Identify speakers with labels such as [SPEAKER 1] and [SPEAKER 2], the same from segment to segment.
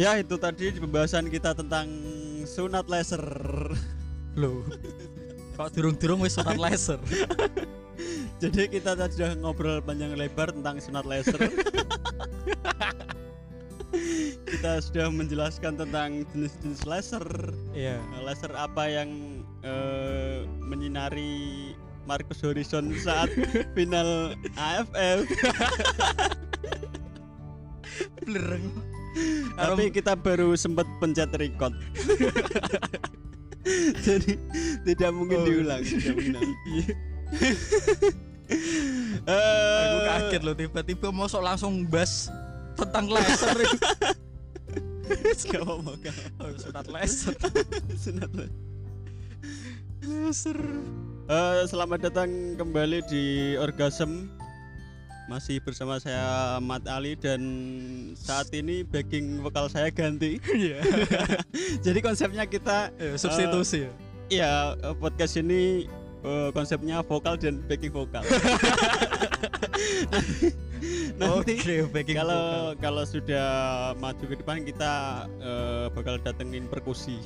[SPEAKER 1] Ya itu tadi pembahasan kita tentang sunat laser.
[SPEAKER 2] Loh. Kok durung-durung wis sunat laser.
[SPEAKER 1] Jadi kita tadi sudah ngobrol panjang lebar tentang sunat laser. kita sudah menjelaskan tentang jenis-jenis laser. Nah,
[SPEAKER 2] Iya.
[SPEAKER 1] Laser apa yang eh, menyinari Marcus Horizon saat final AFF.
[SPEAKER 2] Blereng.
[SPEAKER 1] Tapi kita baru sempat pencet record. Jadi tidak mungkin
[SPEAKER 2] Oh. Iya.
[SPEAKER 1] diulang. tidak mungkin.
[SPEAKER 2] Aku
[SPEAKER 1] Eh,
[SPEAKER 2] kaget loh tiba-tiba mosok langsung bas tentang laser.
[SPEAKER 1] Gak apa-apa, gak apa-apa.
[SPEAKER 2] Oh, sunat laser.
[SPEAKER 1] Sunat lah.
[SPEAKER 2] Laser.
[SPEAKER 1] Eh, selamat datang kembali di Orgasm. Masih bersama saya Mat Ali dan saat ini backing vokal saya ganti.
[SPEAKER 2] Iya.
[SPEAKER 1] Jadi konsepnya kita
[SPEAKER 2] Iya, Substitusi ya.
[SPEAKER 1] ya eh, podcast ini eh, konsepnya vokal dan backing vokal.
[SPEAKER 2] Nah,
[SPEAKER 1] nanti
[SPEAKER 2] Oke, backing
[SPEAKER 1] kalau kalau sudah maju ke depan kita eh, bakal datengin perkusi.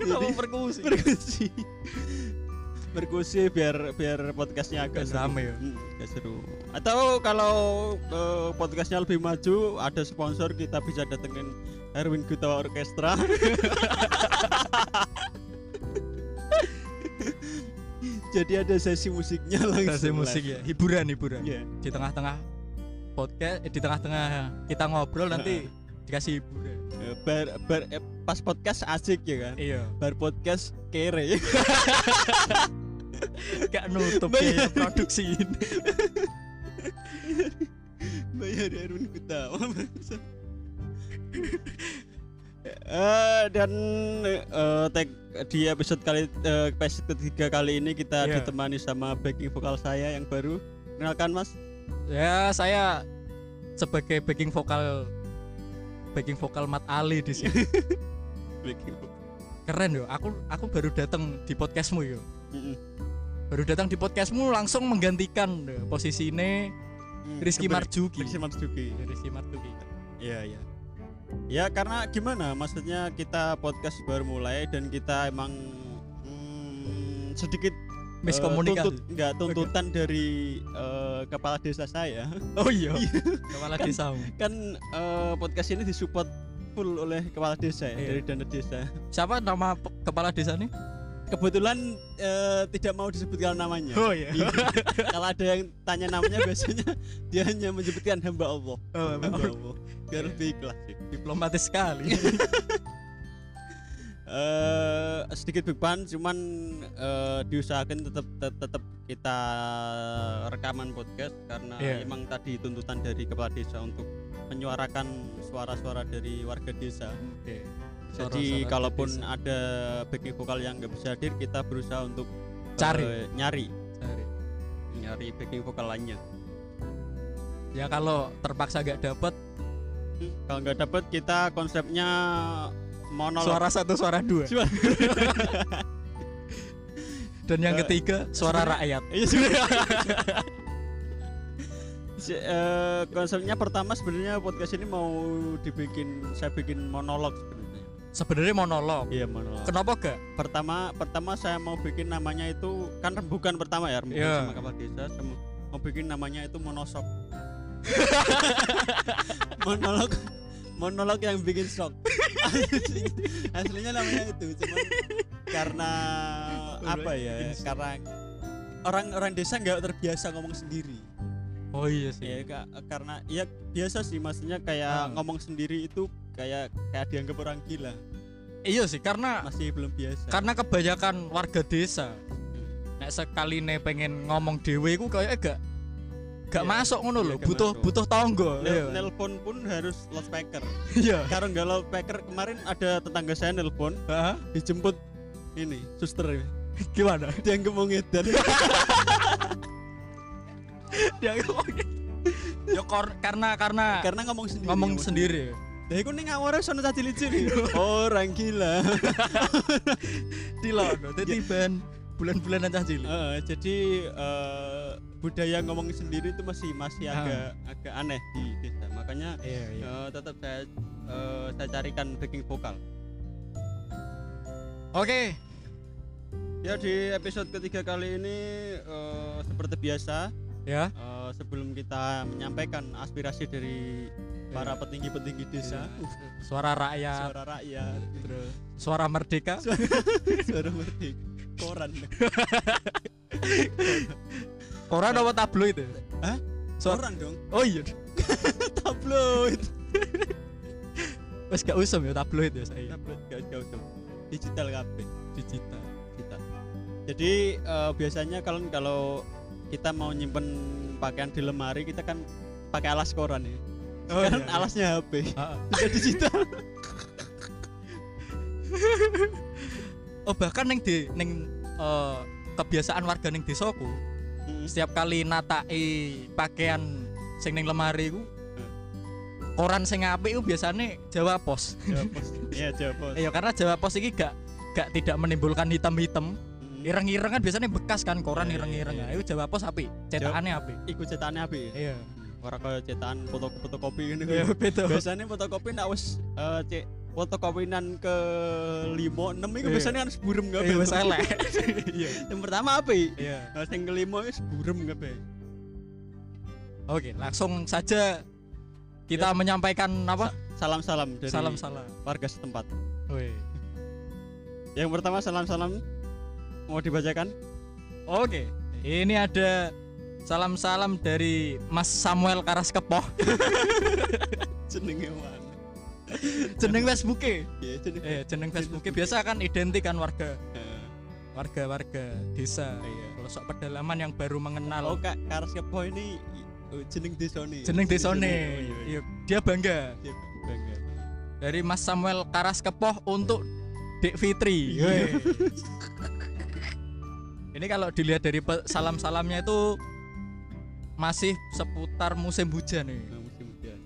[SPEAKER 2] kenapa
[SPEAKER 1] jadi-
[SPEAKER 2] perkusi?
[SPEAKER 1] perkusi perkusi biar biar podcastnya agak
[SPEAKER 2] Agak
[SPEAKER 1] seru.
[SPEAKER 2] rame ya.
[SPEAKER 1] Hmm, agak seru atau kalau eh, podcastnya lebih maju ada sponsor kita bisa datengin Erwin Gutawa Orkestra jadi ada sesi musiknya langsung
[SPEAKER 2] Sesi musik ya, hiburan hiburan.
[SPEAKER 1] Iya.
[SPEAKER 2] Di tengah-tengah podcast, eh, di tengah-tengah kita ngobrol nanti dikasih hiburan.
[SPEAKER 1] Eh, bar, bar, eh, pas podcast asik ya kan
[SPEAKER 2] Iya.
[SPEAKER 1] bar podcast kere
[SPEAKER 2] Gak nutup
[SPEAKER 1] Bayar.
[SPEAKER 2] ya produksi ini.
[SPEAKER 1] bayar ya, Erwin Gutawa bangsa. Eh, dan eh, tag di episode kali eh, episode ketiga kali ini kita
[SPEAKER 2] Iya.
[SPEAKER 1] ditemani sama backing vokal saya yang baru kenalkan mas
[SPEAKER 2] Ya, saya sebagai backing vokal backing vokal Mat Ali di sini.
[SPEAKER 1] backing vokal
[SPEAKER 2] Keren yo. Aku aku baru datang di podcastmu yo.
[SPEAKER 1] Mm-mm.
[SPEAKER 2] Baru datang di podcastmu langsung menggantikan yo, posisi ini
[SPEAKER 1] Mm,
[SPEAKER 2] Rizky
[SPEAKER 1] kembali-
[SPEAKER 2] Marjuki.
[SPEAKER 1] Rizky Marjuki
[SPEAKER 2] Rizky Marjuki.
[SPEAKER 1] iya iya ya karena gimana maksudnya kita podcast baru mulai dan kita emang mm, sedikit eh,
[SPEAKER 2] Miskomunikasi.
[SPEAKER 1] tuntut- nggak tuntutan dari eh, kepala desa saya
[SPEAKER 2] Oh iya. Kepala
[SPEAKER 1] Kan-
[SPEAKER 2] desa.
[SPEAKER 1] kan eh, podcast ini disupport full oleh kepala desa ya,
[SPEAKER 2] Iya.
[SPEAKER 1] dari dana desa.
[SPEAKER 2] Siapa nama pe- kepala desa nih?
[SPEAKER 1] Kebetulan eh, tidak mau disebutkan namanya.
[SPEAKER 2] Oh iya.
[SPEAKER 1] Iya. Kalau ada yang tanya namanya biasanya dia hanya menyebutkan hamba Allah. Hamba Allah. Biar
[SPEAKER 2] Iya.
[SPEAKER 1] lebih klasik.
[SPEAKER 2] Diplomatis sekali.
[SPEAKER 1] Eh, sedikit beban cuman eh, diusahakan tetap tet- tetap kita rekaman podcast karena
[SPEAKER 2] Iya.
[SPEAKER 1] emang tadi tuntutan dari kepala desa untuk menyuarakan suara-suara dari warga desa.
[SPEAKER 2] Oke.
[SPEAKER 1] Jadi
[SPEAKER 2] Suara-suara
[SPEAKER 1] kalaupun
[SPEAKER 2] desa.
[SPEAKER 1] ada backing vokal yang nggak bisa hadir, kita berusaha untuk
[SPEAKER 2] Cari.
[SPEAKER 1] eh, nyari
[SPEAKER 2] Cari.
[SPEAKER 1] nyari backing vokal lainnya.
[SPEAKER 2] Ya kalau terpaksa gak dapet
[SPEAKER 1] Kalau nggak dapet kita konsepnya monolog.
[SPEAKER 2] suara satu suara dua
[SPEAKER 1] Suara-
[SPEAKER 2] dan yang
[SPEAKER 1] Eh,
[SPEAKER 2] ketiga suara
[SPEAKER 1] sebenarnya-
[SPEAKER 2] rakyat.
[SPEAKER 1] Iya, suara. Se- eh, konsepnya pertama sebenarnya podcast ini mau dibikin saya bikin monolog sebenarnya.
[SPEAKER 2] Sebenarnya monolog.
[SPEAKER 1] Iya monolog.
[SPEAKER 2] Kenapa gak?
[SPEAKER 1] pertama pertama saya mau bikin namanya itu kan rembukan pertama ya rembukan
[SPEAKER 2] Iya.
[SPEAKER 1] sama kepala desa saya mau- mau bikin namanya itu monosok monolog monolog yang bikin shock aslinya namanya itu cuman karena apa ya
[SPEAKER 2] Bikin shock.
[SPEAKER 1] karena orang-orang desa nggak terbiasa ngomong sendiri
[SPEAKER 2] Oh iya sih.
[SPEAKER 1] ya ka- karena ya biasa sih maksudnya kayak
[SPEAKER 2] Hmm.
[SPEAKER 1] ngomong sendiri itu kayak kayak dianggap orang gila
[SPEAKER 2] Iya sih karena
[SPEAKER 1] masih belum biasa
[SPEAKER 2] karena kebanyakan warga desa nek sekali nih pengen ngomong dewe ku kayak gak gak
[SPEAKER 1] Iya.
[SPEAKER 2] masuk ngono
[SPEAKER 1] Iya,
[SPEAKER 2] lho,
[SPEAKER 1] gak
[SPEAKER 2] butuh
[SPEAKER 1] masuk.
[SPEAKER 2] butuh tonggo. Iya.
[SPEAKER 1] Nel- nelpon pun harus loudspeaker
[SPEAKER 2] Iya.
[SPEAKER 1] Karena nggak loudspeaker kemarin ada tetangga saya nelpon
[SPEAKER 2] Hah?
[SPEAKER 1] dijemput ini suster
[SPEAKER 2] Gimana?
[SPEAKER 1] dia mau ngedan
[SPEAKER 2] Iya. Dia ngomong gitu. Ya kor- karena karena
[SPEAKER 1] karena ngomong sendiri
[SPEAKER 2] ngomong sendiri.
[SPEAKER 1] Lah iku ning ngawur sono caci licin. Orang gila. Iya.
[SPEAKER 2] Dilok, tiba bulan-bulanan cah cilik.
[SPEAKER 1] Eh, jadi eh, budaya ngomong sendiri itu masih masih
[SPEAKER 2] Ah.
[SPEAKER 1] agak agak aneh di desa. Makanya
[SPEAKER 2] Iya, iya.
[SPEAKER 1] eh, tetap saya eh, saya carikan backing vokal.
[SPEAKER 2] Oke,
[SPEAKER 1] Ya di episode ketiga kali ini eh, seperti biasa
[SPEAKER 2] ya.
[SPEAKER 1] eh, sebelum kita menyampaikan aspirasi dari para
[SPEAKER 2] Iya. Iya.
[SPEAKER 1] petinggi-petinggi desa, uh,
[SPEAKER 2] Suara rakyat,
[SPEAKER 1] suara rakyat, terus
[SPEAKER 2] suara merdeka.
[SPEAKER 1] suara merdeka, koran.
[SPEAKER 2] Koran apa tabloid itu?
[SPEAKER 1] Hah?
[SPEAKER 2] Suara
[SPEAKER 1] Koran dong,
[SPEAKER 2] Oh iya,
[SPEAKER 1] tabloid.
[SPEAKER 2] wes gak usum ya tabloid ya saya.
[SPEAKER 1] tabloid gak jauh-jauh. Digital kabeh.
[SPEAKER 2] Digital.
[SPEAKER 1] kita. Jadi eh, biasanya kalau kalau kita mau nyimpen pakaian di lemari kita kan pakai alas koran ya.
[SPEAKER 2] Oh,
[SPEAKER 1] Sekarang
[SPEAKER 2] iya, iya.
[SPEAKER 1] alasnya HP.
[SPEAKER 2] Ah, ah.
[SPEAKER 1] Tidak digital.
[SPEAKER 2] Oh bahkan neng di neng eh, kebiasaan warga neng desaku
[SPEAKER 1] Hmm,
[SPEAKER 2] setiap kali natake pakaian sing neng lemari ku koran sing apik ku biasane Jawa Pos.
[SPEAKER 1] Jawa Pos. Iya, Jawa Pos.
[SPEAKER 2] Ya karena Jawa Pos iki gak gak tidak menimbulkan hitam-hitam.
[SPEAKER 1] Mm.
[SPEAKER 2] Ireng-ireng kan biasanya bekas kan koran
[SPEAKER 1] Iya, iya,
[SPEAKER 2] ireng-ireng.
[SPEAKER 1] iya.
[SPEAKER 2] Nah, Itu Jawa Pos apik, cetakane apik.
[SPEAKER 1] Iku cetakannya HP ya.
[SPEAKER 2] Iya.
[SPEAKER 1] Ora kaya cetakan foto fotokopi gitu. ngene.
[SPEAKER 2] Iya,
[SPEAKER 1] kuwi.
[SPEAKER 2] betul.
[SPEAKER 1] Biasanya fotokopi nak wis eh, cek fotokopinan ke 5 6 iku
[SPEAKER 2] Iya.
[SPEAKER 1] biasanya kan seburem
[SPEAKER 2] Iya,
[SPEAKER 1] kabeh.
[SPEAKER 2] wis elek. Iya.
[SPEAKER 1] Yang pertama HP.
[SPEAKER 2] Iya.
[SPEAKER 1] Nah, sing kelima wis burem kabeh.
[SPEAKER 2] Oke, langsung saja kita menyampaikan apa?
[SPEAKER 1] Salam-salam Iya. dari
[SPEAKER 2] Salam-salam.
[SPEAKER 1] warga setempat.
[SPEAKER 2] Weh.
[SPEAKER 1] Yang pertama salam-salam mau dibacakan?
[SPEAKER 2] Oke, ini ada salam-salam dari Mas Samuel Karaskepoh.
[SPEAKER 1] Jenenge mana?
[SPEAKER 2] Jeneng Facebooke.
[SPEAKER 1] Ya jeneng.
[SPEAKER 2] Eh, jeneng Facebooke biasa kan identik kan warga
[SPEAKER 1] Eh,
[SPEAKER 2] warga-warga desa
[SPEAKER 1] Iya.
[SPEAKER 2] pelosok pedalaman yang
[SPEAKER 1] Oh,
[SPEAKER 2] baru mengenal
[SPEAKER 1] Kak Karskepo ini oh, jeneng desone.
[SPEAKER 2] jeneng
[SPEAKER 1] Oh,
[SPEAKER 2] desone.
[SPEAKER 1] iya, iya.
[SPEAKER 2] Iya, Dia bangga
[SPEAKER 1] Iya, bangga.
[SPEAKER 2] dari Mas Samuel Karaskepoh untuk Dek Fitri.
[SPEAKER 1] Iya.
[SPEAKER 2] Weh. Ini kalau dilihat dari pe- salam-salamnya itu masih seputar musim hujan nih.
[SPEAKER 1] Nah, mudah-mudahan.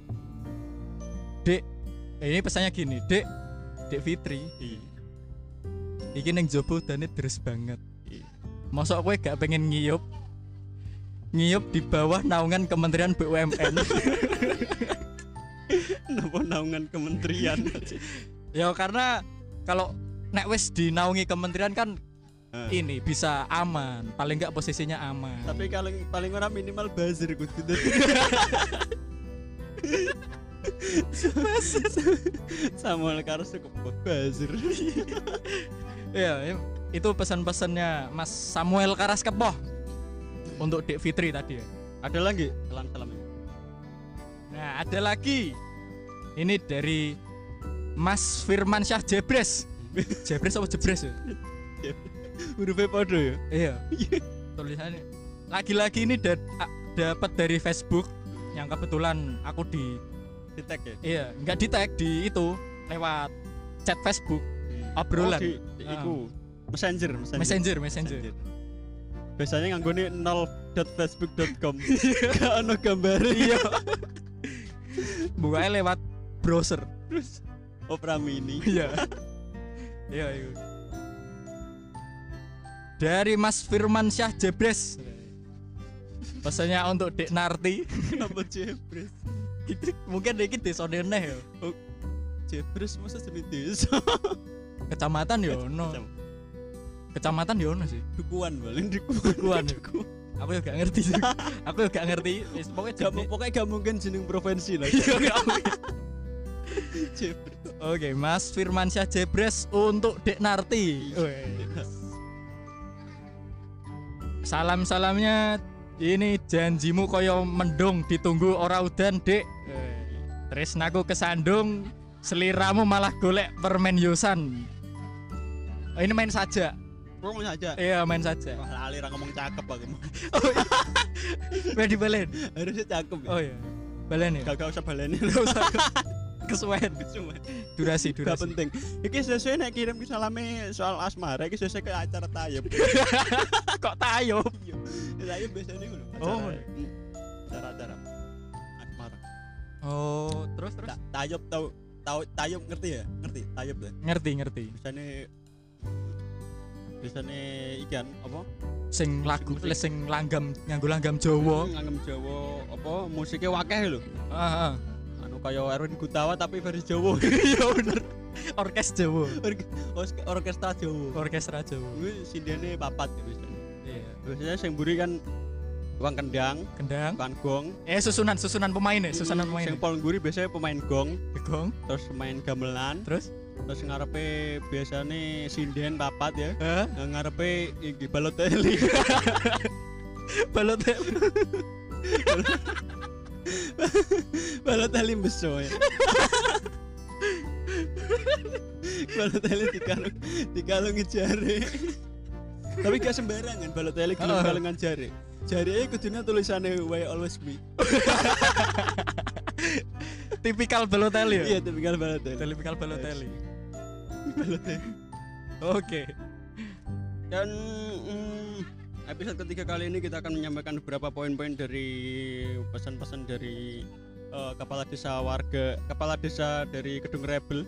[SPEAKER 2] Dek, eh, ini pesannya gini, Dek, Dek Fitri,
[SPEAKER 1] Iya.
[SPEAKER 2] iki neng jopo dane deres banget.
[SPEAKER 1] Iya.
[SPEAKER 2] Mosok kowe gak pengen ngiyup? Ngiyup di bawah naungan Kementerian BUMN.
[SPEAKER 1] Napa naungan kementerian?
[SPEAKER 2] ya karena kalau nek wis dinaungi kementerian kan
[SPEAKER 1] Eh.
[SPEAKER 2] ini bisa aman, paling nggak posisinya aman.
[SPEAKER 1] Tapi paling paling ora minimal buzzer kudu. Samuel Karskepo buzzer.
[SPEAKER 2] Iya, i- itu pesan-pesannya Mas Samuel Karaskepoh untuk Dek Fitri tadi ya.
[SPEAKER 1] Ada lagi salam-salam.
[SPEAKER 2] Nah, ada lagi. Ini dari Mas Firman Syah Jebres. Jebres apa Jebres ya?
[SPEAKER 1] Hurufnya podo ya.
[SPEAKER 2] Iya. Tulisannya. Lagi-lagi ini da- a- dapat dari Facebook yang kebetulan aku di
[SPEAKER 1] Di tag ya.
[SPEAKER 2] iya, nggak di tag di itu lewat chat Facebook,
[SPEAKER 1] Oh,
[SPEAKER 2] Obrolan.
[SPEAKER 1] di- di-
[SPEAKER 2] Ah.
[SPEAKER 1] iku. Messenger, messenger.
[SPEAKER 2] Messenger, Messenger.
[SPEAKER 1] Messenger. Biasanya nganggo nih 0.facebook.com. Gak ono gambare.
[SPEAKER 2] Iya. Bukanya lewat browser.
[SPEAKER 1] Terus Opera Mini.
[SPEAKER 2] Iya. Iya, iya. Dari Mas Firman Syah Jebres. Pesannya untuk Dek Narti.
[SPEAKER 1] Kenapa Jebres?
[SPEAKER 2] Mungkin Dek iki desone neh ya.
[SPEAKER 1] Jebres masa jenis desa.
[SPEAKER 2] Kecamatan ya ono.
[SPEAKER 1] Macam
[SPEAKER 2] Kecamatan ya ono sih.
[SPEAKER 1] Dukuan paling dukuan.
[SPEAKER 2] Dukuan. Aku juga gak ngerti sih. Aku juga gak ngerti. Wis pokoke Iya,
[SPEAKER 1] Gak,
[SPEAKER 2] jenenge-
[SPEAKER 1] pokoknya gak mungkin jeneng provinsi lah. Jebres.
[SPEAKER 2] Oke, Mas Firman Syah Jebres untuk Dek Narti. Salam-salamnya ini janjimu koyo mendung ditunggu ora udan, Dek. Tresnaku kesandung, seliramu malah golek permen yosan. Oh, ini main saja.
[SPEAKER 1] Ngomong aja.
[SPEAKER 2] Iya, main saja. iya.
[SPEAKER 1] Wah, Eh, lali ra ngomong cakep
[SPEAKER 2] Oh,
[SPEAKER 1] aku.
[SPEAKER 2] Wes dibalen.
[SPEAKER 1] Harusnya cakep. ya.
[SPEAKER 2] Oh iya. Balen ya.
[SPEAKER 1] Gak gak usah baleni.
[SPEAKER 2] Gak usah. Kesuwen.
[SPEAKER 1] Cuma
[SPEAKER 2] Durasi,
[SPEAKER 1] Gak
[SPEAKER 2] durasi.
[SPEAKER 1] penting. Iki sesuai nek kirim ki salame soal asmara iki sesuai ke acara tayub.
[SPEAKER 2] Kok tayub?
[SPEAKER 1] Tayub biasanya ngono.
[SPEAKER 2] Oh.
[SPEAKER 1] acara- Hmm, Acara-acara asmara.
[SPEAKER 2] Oh, terus terus.
[SPEAKER 1] Ta- Tayub tau tau tayub ngerti ya? Ngerti tayub ya.
[SPEAKER 2] Ngerti, ngerti.
[SPEAKER 1] Biasanya biasane ikan apa?
[SPEAKER 2] sing lagu
[SPEAKER 1] Musik-musik.
[SPEAKER 2] sing langgam nganggo langgam Jawa.
[SPEAKER 1] Ngangem Jawa apa musiknya wakeh lho.
[SPEAKER 2] Heeh.
[SPEAKER 1] Anu kaya Erwin Gutawa tapi versi Jawa.
[SPEAKER 2] Iya bener. Orkes Jawa.
[SPEAKER 1] Orke- os- Orkestra Jawa.
[SPEAKER 2] Orkestra Jawa.
[SPEAKER 1] Kuwi sindene papat ya biasanya.
[SPEAKER 2] Iya.
[SPEAKER 1] Biasanya sing mburi kan wong kendang,
[SPEAKER 2] Kendang.
[SPEAKER 1] kan gong.
[SPEAKER 2] Eh susunan susunan pemain ya,
[SPEAKER 1] Mm,
[SPEAKER 2] susunan Eh, pemain.
[SPEAKER 1] Sing pol mburi biasanya pemain gong,
[SPEAKER 2] Begong.
[SPEAKER 1] terus pemain gamelan,
[SPEAKER 2] Terus?
[SPEAKER 1] terus ngarepe biasane sinden papat ya.
[SPEAKER 2] Hah?
[SPEAKER 1] Nah, ngarepe iki Balotelli.
[SPEAKER 2] Balot.
[SPEAKER 1] Balotelli beso ya. Balotelli dikalung dikalungi jari. Tapi gak sembarangan Balotelli
[SPEAKER 2] Oh.
[SPEAKER 1] kalung-kalungan jari. Jari e kudune tulisannya why always me.
[SPEAKER 2] Tipikal Balotelli
[SPEAKER 1] Iya,
[SPEAKER 2] ya.
[SPEAKER 1] tipikal Balotelli.
[SPEAKER 2] Tipikal Balotelli.
[SPEAKER 1] Balotelli.
[SPEAKER 2] Oke.
[SPEAKER 1] Dan mm, episode ketiga kali ini kita akan menyampaikan beberapa poin-poin dari pesan-pesan dari eh, kepala desa warga, kepala desa dari Kedung Rebel.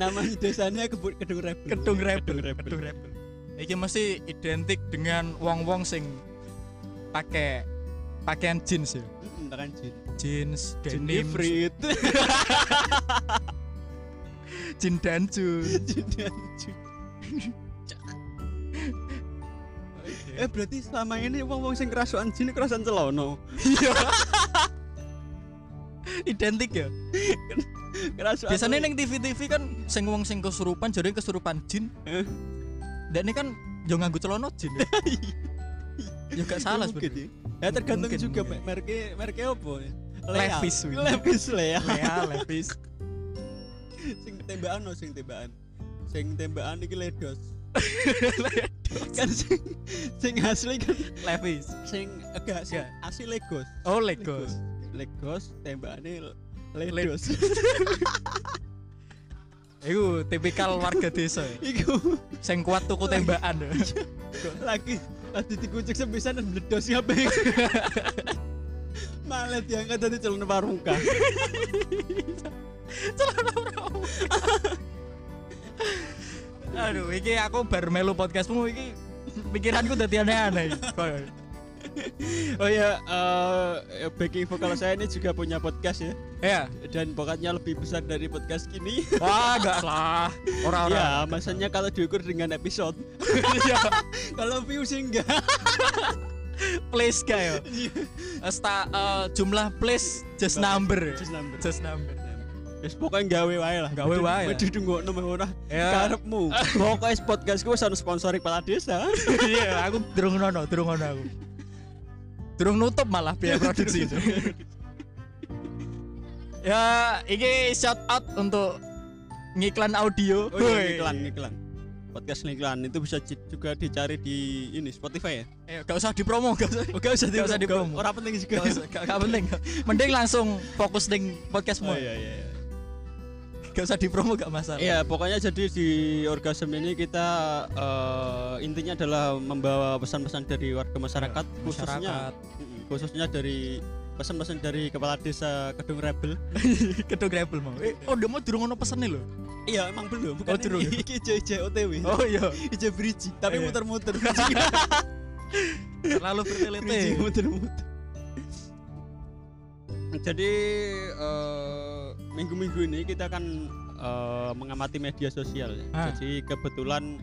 [SPEAKER 1] Nama desanya Kebu- Kedung Rebel.
[SPEAKER 2] Kedung Rebel.
[SPEAKER 1] Kedung Rebel.
[SPEAKER 2] Kedung Rebel. Iki mesti identik dengan wong-wong sing pakai pakaian jeans ya.
[SPEAKER 1] Mm, Makan jin.
[SPEAKER 2] Jeans,
[SPEAKER 1] Jin
[SPEAKER 2] denim,
[SPEAKER 1] ifrit.
[SPEAKER 2] jin danjun.
[SPEAKER 1] Jin anjing. Eh berarti selama ini wong-wong sing kerasukan jin kerasan celono.
[SPEAKER 2] Iya. Identik ya.
[SPEAKER 1] Kerasukan.
[SPEAKER 2] Biasanya neng TV-TV kan sing wong sing kesurupan jadi kesurupan jin.
[SPEAKER 1] Eh.
[SPEAKER 2] Dan ini kan yo nganggo celana jin. ya. Yo gak salah
[SPEAKER 1] Mungkin ya.
[SPEAKER 2] sebenarnya.
[SPEAKER 1] Ya tergantung
[SPEAKER 2] Mungkin,
[SPEAKER 1] juga
[SPEAKER 2] mungkin.
[SPEAKER 1] merke merke apa? ya?
[SPEAKER 2] Levis, wih.
[SPEAKER 1] Levis Lea.
[SPEAKER 2] Ya, lepis.
[SPEAKER 1] sing tembakan no sing tembakan. Sing tembakan iki ledos. Kan sing sing asli kan
[SPEAKER 2] Lepis.
[SPEAKER 1] sing agak sing
[SPEAKER 2] Ya.
[SPEAKER 1] asli legos.
[SPEAKER 2] Oh, Legos.
[SPEAKER 1] Legos tembakane ledos.
[SPEAKER 2] Iku tipikal warga desa. ya.
[SPEAKER 1] Iku
[SPEAKER 2] Sing kuat tuku tembakan. ya.
[SPEAKER 1] lagi tadi dikucek sepisan dan meledos ngapain malah diangkat ya, tadi celana parungka
[SPEAKER 2] Aduh, iki aku bar melu podcastmu iki pikiranku dadi aneh-aneh. Koy.
[SPEAKER 1] oh ya eh, backing vokal saya ini juga punya podcast ya
[SPEAKER 2] Ya.
[SPEAKER 1] dan pokoknya lebih besar dari podcast ini
[SPEAKER 2] Wah, enggak lah. Ora-ora.
[SPEAKER 1] ya maksudnya kalau diukur dengan episode
[SPEAKER 2] Iya.
[SPEAKER 1] kalau views sih enggak
[SPEAKER 2] place kayo. Sta eh, jumlah place just number.
[SPEAKER 1] just number
[SPEAKER 2] Just number.
[SPEAKER 1] Wes pokoknya gawe wae lah
[SPEAKER 2] Gawe wae
[SPEAKER 1] Wedi dunggokno meh ora
[SPEAKER 2] Ya.
[SPEAKER 1] karepmu pokoknya podcast gue harus sponsori kepala desa
[SPEAKER 2] Iya, aku durung nono, durung nono aku. Durung nutup malah
[SPEAKER 1] Iya,
[SPEAKER 2] biaya Iya, produksi itu. ya, ini shout out untuk ngiklan audio.
[SPEAKER 1] Oh iya,
[SPEAKER 2] Woi.
[SPEAKER 1] ngiklan, ngiklan. Podcast ngiklan itu bisa j- juga dicari di ini Spotify ya.
[SPEAKER 2] Eh, gak usah dipromo, gak usah.
[SPEAKER 1] Oke, usah
[SPEAKER 2] di- nggak-
[SPEAKER 1] Orang penting juga.
[SPEAKER 2] Gak, usah, gak- gak penting. Mending langsung fokus ning podcastmu.
[SPEAKER 1] Oh, iya, iya. iya.
[SPEAKER 2] Gak usah dipromo gak masalah.
[SPEAKER 1] Iya, pokoknya jadi di orgasm ini kita eh, intinya adalah membawa pesan-pesan dari warga masyarakat, khususnya
[SPEAKER 2] Masyarakat.
[SPEAKER 1] Mm-mm, khususnya dari pesan-pesan dari kepala desa Kedung Rebel.
[SPEAKER 2] Kedua grapple mau. Eh, oh, udah mau durung ono pesene lho.
[SPEAKER 1] Iya, emang belum.
[SPEAKER 2] bukan ini.
[SPEAKER 1] iki ijo-ijo OTW.
[SPEAKER 2] Oh iya,
[SPEAKER 1] Ijo beriji, tapi
[SPEAKER 2] Iya.
[SPEAKER 1] muter-muter.
[SPEAKER 2] terlalu
[SPEAKER 1] Bridging,
[SPEAKER 2] bertele-tele.
[SPEAKER 1] muter-muter. Jadi eh, minggu-minggu ini kita akan eh, mengamati media sosial. ya.
[SPEAKER 2] Ah.
[SPEAKER 1] Jadi kebetulan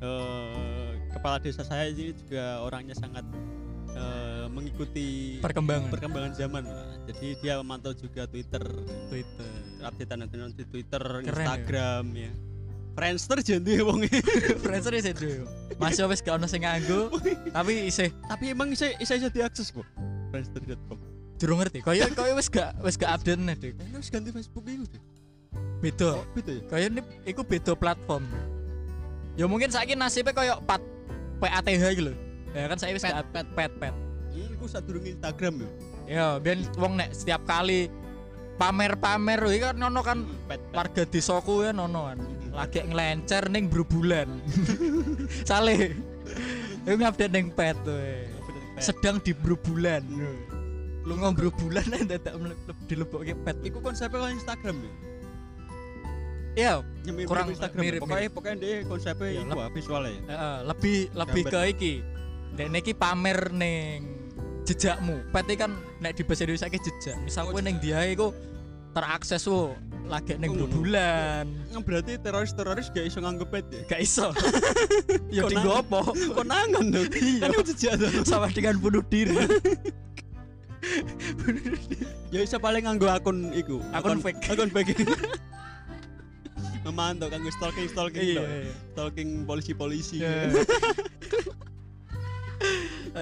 [SPEAKER 1] eh, kepala desa saya ini juga orangnya sangat eh, mengikuti
[SPEAKER 2] Perkembangan
[SPEAKER 1] perkembangan zaman. Pak. Jadi dia memantau juga Twitter,
[SPEAKER 2] Twitter.
[SPEAKER 1] updatean updatean di Twitter,
[SPEAKER 2] ya.
[SPEAKER 1] Instagram ya. Friendster jadi wong
[SPEAKER 2] Friendster isih dulu. Masih wis gak ono sing nganggo, tapi isih
[SPEAKER 1] Tapi emang saya saya diakses kok. Eh, Friendster.com.
[SPEAKER 2] durung ngerti. Kaya kaya wis gak wis gak update nih, Dik.
[SPEAKER 1] Enak harus ganti Facebook itu deh.
[SPEAKER 2] Beda.
[SPEAKER 1] Oh, gitu ya.
[SPEAKER 2] Kaya ini iku beda platform. Ya mungkin saiki nasibnya kaya pat PATH iki lho. Ya kan saya wis gak pet pet pet.
[SPEAKER 1] Ini aku sadurunge Instagram ya.
[SPEAKER 2] Ya, ben wong nek setiap kali pamer-pamer iki kan ono kan
[SPEAKER 1] pet pet.
[SPEAKER 2] warga desaku ya nono kan. Lagi ngelencer ning berbulan. Saleh. Iku ngupdate ning pet tuh. sedang di bulan lu ngobrol bulan aja tak dilebok ke pet
[SPEAKER 1] Iku konsepnya kalau Instagram ya.
[SPEAKER 2] Iya,
[SPEAKER 1] Nyemi-
[SPEAKER 2] Kurang
[SPEAKER 1] mirip Instagram ya?
[SPEAKER 2] mirip,
[SPEAKER 1] pokoknya pokoknya dia konsepnya
[SPEAKER 2] Ya,
[SPEAKER 1] itu ah, visualnya ya.
[SPEAKER 2] heeh, lebih lebih
[SPEAKER 1] Gambar.
[SPEAKER 2] ke iki. Nek nek iki pamer ning jejakmu. Pete kan nek di bahasa Indonesia iki jejak. Misal
[SPEAKER 1] Oh,
[SPEAKER 2] kowe ning dia iku terakses wo lagi ning
[SPEAKER 1] Oh, ngono.
[SPEAKER 2] bulan.
[SPEAKER 1] Nah, berarti teroris-teroris gak iso nganggep ya.
[SPEAKER 2] Gak iso. Ya
[SPEAKER 1] Kok
[SPEAKER 2] tinggo
[SPEAKER 1] nang-
[SPEAKER 2] apa?
[SPEAKER 1] Konangan dong. Kan itu jejak tuh.
[SPEAKER 2] Sama dengan bunuh diri.
[SPEAKER 1] Ya iso paling nganggo akun iku.
[SPEAKER 2] Akun fake.
[SPEAKER 1] Akun fake. Memantau kan stalking stalking
[SPEAKER 2] Iya.
[SPEAKER 1] toh. Stalking polisi-polisi.
[SPEAKER 2] iya.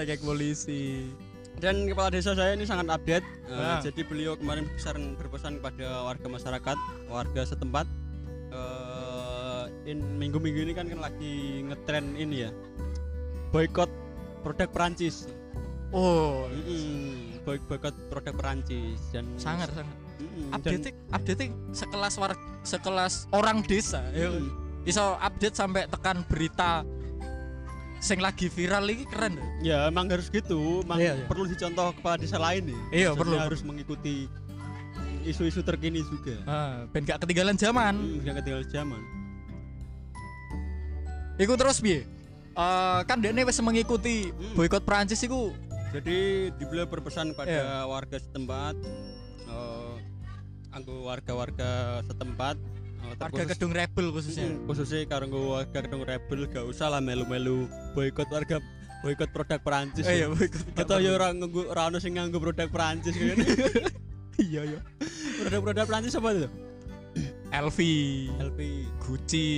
[SPEAKER 2] Kayak polisi.
[SPEAKER 1] Dan kepala desa saya ini sangat update. Eh,
[SPEAKER 2] Ah.
[SPEAKER 1] Jadi beliau kemarin pesan berpesan kepada warga masyarakat, warga setempat. Eh, in minggu-minggu ini kan kan lagi ngetren ini ya. Boykot produk Perancis.
[SPEAKER 2] Oh,
[SPEAKER 1] Mm-mm, boy- boykot produk Perancis dan
[SPEAKER 2] sangat sangat.
[SPEAKER 1] Mm-mm, dan-
[SPEAKER 2] Update update sekelas war sekelas orang desa. ya.
[SPEAKER 1] Mm,
[SPEAKER 2] iso update sampai tekan berita sing lagi viral iki keren lho.
[SPEAKER 1] ya emang harus gitu emang
[SPEAKER 2] Iya, iya.
[SPEAKER 1] perlu dicontoh kepala desa lain nih Maksudnya
[SPEAKER 2] Iya, perlu.
[SPEAKER 1] harus mengikuti isu-isu terkini juga
[SPEAKER 2] Ah, ben gak ketinggalan zaman.
[SPEAKER 1] Hmm, jangan ketinggalan zaman
[SPEAKER 2] Iku terus piye? Eh, kan dene wis mengikuti
[SPEAKER 1] Hmm.
[SPEAKER 2] boykot Prancis iku
[SPEAKER 1] Jadi beliau berpesan
[SPEAKER 2] Iya.
[SPEAKER 1] pada warga setempat, eh anggo warga-warga setempat, eh,
[SPEAKER 2] warga Iya.
[SPEAKER 1] terkhusus-
[SPEAKER 2] gedung rebel khususnya.
[SPEAKER 1] Mm, khususnya karena warga gedung rebel gak usah lah melu-melu boikot warga boikot produk Perancis. ya.
[SPEAKER 2] Eh, iya, boykot.
[SPEAKER 1] Atau ya orang nganggo ora ono sing nganggo produk Perancis kan.
[SPEAKER 2] iya iya.
[SPEAKER 1] Produk-produk Perancis apa itu?
[SPEAKER 2] LV,
[SPEAKER 1] LP
[SPEAKER 2] Gucci.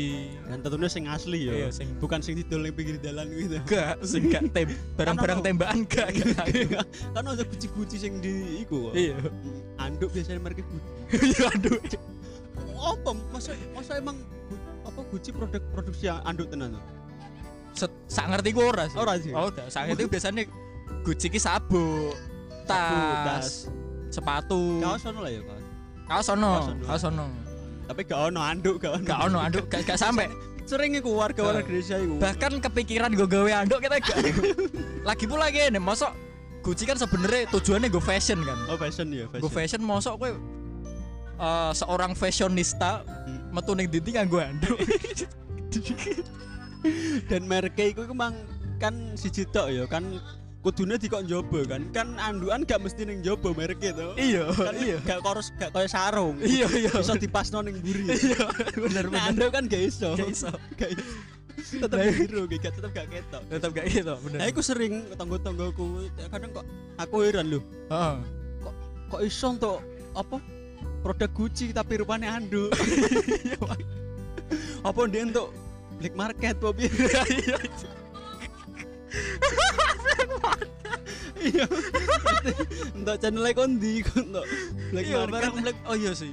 [SPEAKER 1] dan tentunya sing asli
[SPEAKER 2] Iya,
[SPEAKER 1] ya.
[SPEAKER 2] sing
[SPEAKER 1] Bukan sing didol ning pinggir dalan gitu.
[SPEAKER 2] gak sing gak tem Iya. barang-barang
[SPEAKER 1] Kan
[SPEAKER 2] tembakan gak. gak.
[SPEAKER 1] kan ada guci-guci sing di iku. kok.
[SPEAKER 2] Iya.
[SPEAKER 1] Anduk biasanya mereka guci.
[SPEAKER 2] Iya aduh.
[SPEAKER 1] apa masa masa emang Gu- apa Gucci produk produksi yang anduk tenan tuh?
[SPEAKER 2] Hmm. Set- Sak ngerti ku ora sih.
[SPEAKER 1] Ora sih.
[SPEAKER 2] Oh, gak. Sak ngerti ku biasane Gucci ki sabuk,
[SPEAKER 1] Sabuk, tas.
[SPEAKER 2] tas, sepatu.
[SPEAKER 1] kaos ono lah ya kaos
[SPEAKER 2] Kaos
[SPEAKER 1] Kaos
[SPEAKER 2] ono,
[SPEAKER 1] ono.
[SPEAKER 2] kaos ono.
[SPEAKER 1] tapi gak ono anduk gak ono
[SPEAKER 2] Gak ono anduk, gak, gak sampe.
[SPEAKER 1] sering iku warga warga Indonesia iku
[SPEAKER 2] Bahkan kepikiran gue gawe anduk kita gak. Lagi pula gini, mosok Gucci kan sebenarnya tujuannya gue fashion kan.
[SPEAKER 1] oh fashion ya fashion
[SPEAKER 2] Gue fashion mosok gue eh, seorang fashionista
[SPEAKER 1] Hmm.
[SPEAKER 2] metu ning dinding nganggo anduk.
[SPEAKER 1] dan mereka iku emang kan siji tok ya kan kudune dikok njobo kan kan andukan gak mesti ning njobo merek itu
[SPEAKER 2] iya,
[SPEAKER 1] kan
[SPEAKER 2] iya.
[SPEAKER 1] gak koros gak koyo sarung
[SPEAKER 2] Iya, iya.
[SPEAKER 1] bisa dipasno ning mburi
[SPEAKER 2] Iya, bener
[SPEAKER 1] nah,
[SPEAKER 2] bener.
[SPEAKER 1] anduk kan gak iso
[SPEAKER 2] Gak iso.
[SPEAKER 1] gak iso tetep biru gak tetep gak ketok
[SPEAKER 2] Tetep gak gitu, bener.
[SPEAKER 1] Nah, aku sering tonggo-tonggoku kadang kok aku heran loh,
[SPEAKER 2] Heeh.
[SPEAKER 1] kok iso untuk apa produk Gucci tapi rupanya anduk. apa dia untuk black market apa piye?
[SPEAKER 2] Iya,
[SPEAKER 1] Iya. Untuk channel kondi untuk black
[SPEAKER 2] Iya,
[SPEAKER 1] market.
[SPEAKER 2] barang black. Oh iya sih.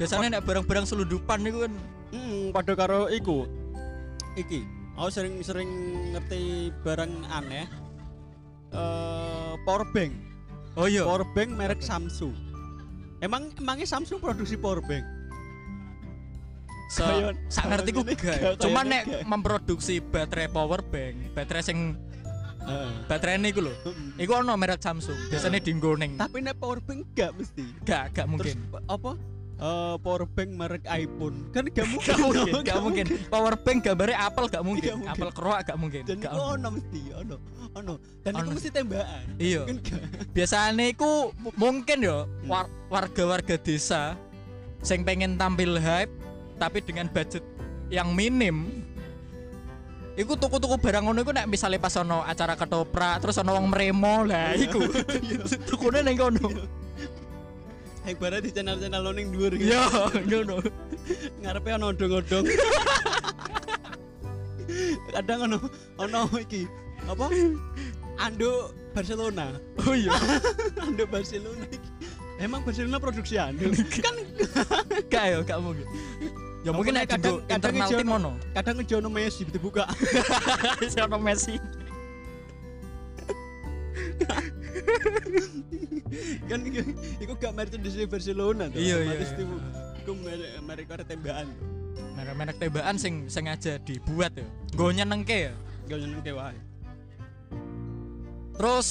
[SPEAKER 2] Biasanya nek barang-barang selundupan itu kan
[SPEAKER 1] Hmm, padha karo iku. Iki, aku sering-sering ngerti barang aneh. Eh, power bank.
[SPEAKER 2] Oh iya.
[SPEAKER 1] Power bank merek Samsung. Emang emangnya Samsung produksi power bank?
[SPEAKER 2] Se-
[SPEAKER 1] Kayak-
[SPEAKER 2] sak ngerti ku
[SPEAKER 1] kayak
[SPEAKER 2] gak.
[SPEAKER 1] gak,
[SPEAKER 2] Cuman
[SPEAKER 1] kayak
[SPEAKER 2] nek
[SPEAKER 1] gak.
[SPEAKER 2] memproduksi baterai power bank, baterai sing baterai ini ku lho.
[SPEAKER 1] Heeh.
[SPEAKER 2] Iku ono merek Samsung. Biasanya dinggo
[SPEAKER 1] Hmm,
[SPEAKER 2] ning
[SPEAKER 1] eh, tapi nek power bank gak mesti
[SPEAKER 2] gak gak
[SPEAKER 1] terus
[SPEAKER 2] mungkin.
[SPEAKER 1] pa- apa Eh power bank merek iPhone kan gak mungkin
[SPEAKER 2] Gak mungkin, gak mungkin. Power bank gambarnya apel gak
[SPEAKER 1] Gak
[SPEAKER 2] mungkin.
[SPEAKER 1] mungkin.
[SPEAKER 2] Apel keroak gak mungkin.
[SPEAKER 1] dan oh,
[SPEAKER 2] Gak
[SPEAKER 1] itu
[SPEAKER 2] ono.
[SPEAKER 1] ono mesti ono ono dan itu
[SPEAKER 2] Ono.
[SPEAKER 1] mesti tembakan
[SPEAKER 2] Iya.
[SPEAKER 1] kan gak
[SPEAKER 2] Biasanya iku mu- mungkin yo war- warga-warga desa sing pengen tampil hype tapi dengan budget yang minim Iku tuku-tuku barang ngono iku nek misale pas ono acara ketoprak terus ono wong mremo lah iku. Tukune ning kono.
[SPEAKER 1] ibarat di channel-channel lo ning dhuwur gitu.
[SPEAKER 2] Iya, ngono.
[SPEAKER 1] ngarepe ono odong-odong kadang ono ono iki apa anduk Barcelona
[SPEAKER 2] Oh iya,
[SPEAKER 1] anduk Barcelona iki emang Barcelona produksi anduk kan
[SPEAKER 2] gak ya, gak mungkin. Ya mungkin nek
[SPEAKER 1] kadang-
[SPEAKER 2] kadang,
[SPEAKER 1] kadang
[SPEAKER 2] internal
[SPEAKER 1] ijo
[SPEAKER 2] tim ngono.
[SPEAKER 1] kadang ngejono Messi dibuka
[SPEAKER 2] Si ono Messi.
[SPEAKER 1] kan iku- iku gak merchandise Barcelona tuh
[SPEAKER 2] Iya, iya.
[SPEAKER 1] otomatis itu iku mere- mereka ada tembakan
[SPEAKER 2] Merek-merek tembakan sing sengaja dibuat ya. Nggo nyenengke ya.
[SPEAKER 1] gak nyeneng kewae
[SPEAKER 2] Terus